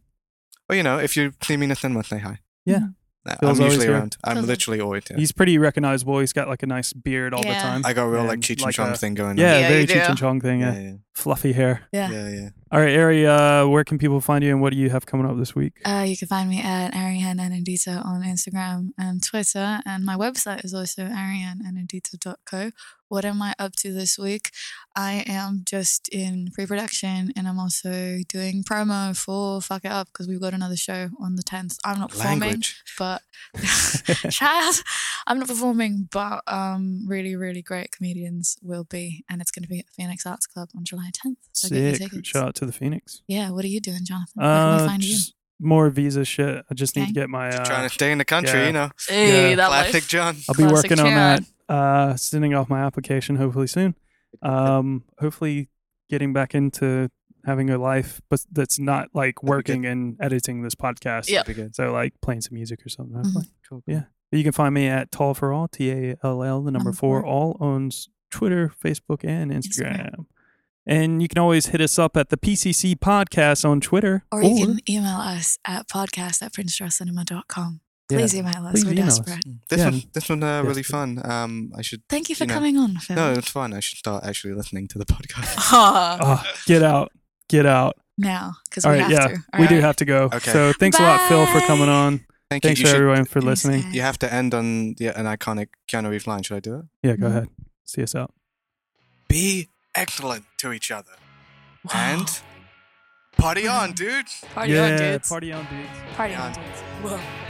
S3: well, you know, if you see me in a cinema, say hi.
S1: Yeah.
S3: Nah,
S1: Phil's
S3: I'm
S1: always
S3: usually
S1: here.
S3: around. I'm
S2: Phil's-
S3: literally always here.
S1: He's pretty recognizable. He's got like a nice beard all the
S2: Yeah.
S1: time.
S3: I got a real like
S1: and
S3: Cheech
S1: like
S3: and Chong
S1: a-
S3: thing going
S1: Yeah,
S2: Yeah,
S1: very
S2: you do.
S1: Cheech and Chong thing.
S3: on.
S1: Yeah.
S3: yeah, yeah,
S1: Fluffy hair.
S2: Yeah.
S3: yeah, yeah.
S1: All right, Ari, uh, where can people find you, and what do you have coming up this week?
S2: Uh, you can find me at Ariane Anandita on Instagram and Twitter, and my website is also arianeanandita.co. What am I up to this week? I am just in pre production and I'm also doing promo for Fuck It Up because we've got another show on the 10th. I'm not performing,
S3: Language.
S2: but child, I'm not performing, but um, really, really great comedians will be, and it's going to be at Phoenix Arts Club on July 10th. So get your
S1: Sick.
S2: tickets.
S1: Shout out to the Phoenix.
S2: Yeah, what are you doing, Jonathan? Where can we
S1: Uh,
S2: find you?
S1: just more visa shit. I just need
S2: Okay.
S1: to get my.
S3: Trying
S1: Uh,
S3: to stay in the country,
S1: yeah.
S3: you know.
S1: Hey, Yeah.
S2: that
S3: Classic John.
S1: I'll be
S2: Classic
S1: working on
S2: John.
S1: that. Uh, sending off my application hopefully soon. Um, hopefully getting back into having a life, but that's not like working and editing this podcast.
S2: Yeah. That'd be
S1: So like playing some music or something.
S2: Mhm.
S3: Cool.
S1: Yeah. You can find me at Tall for All, T A L L, the number
S2: Number
S1: four,
S2: four.
S1: all owns Twitter, Facebook, and Instagram.
S2: Instagram.
S1: And you can always hit us up at the PCC Podcast on Twitter.
S2: Or you can email us at podcast at princedracinema.com.
S1: Yeah.
S2: Please email us.
S1: Please
S2: We're
S1: email us.
S2: desperate.
S3: This
S1: Yeah.
S3: one, this one, uh, really
S1: Yes.
S3: fun. Um, I should.
S2: Thank you for
S3: know-
S2: coming on, Phil.
S3: No,
S1: Um,
S3: it's fun. I should start actually listening to the podcast.
S2: Ah,
S1: Ah, get out. Get out.
S2: now, because
S1: All
S2: we
S1: right.
S2: have
S1: yeah.
S2: to.
S1: we do
S2: alright?
S1: have to go.
S3: Okay.
S1: So thanks a lot, Phil, for coming
S2: Bye.
S1: on.
S3: Thank you.
S1: Thanks
S3: you,
S1: for
S3: should-
S1: everyone for
S2: Thanks,
S1: listening.
S2: guys.
S3: you have to end on the, an iconic Keanu Reeves line. Should I do it?
S1: Yeah, go
S2: Mhm.
S1: ahead. See us out.
S3: Be excellent to each other
S2: Wow.
S3: and party on, dude.
S2: Party
S1: yeah,
S2: on, dudes.
S1: Party on, dudes.
S2: Party
S3: on.
S2: on, dudes. Whoa.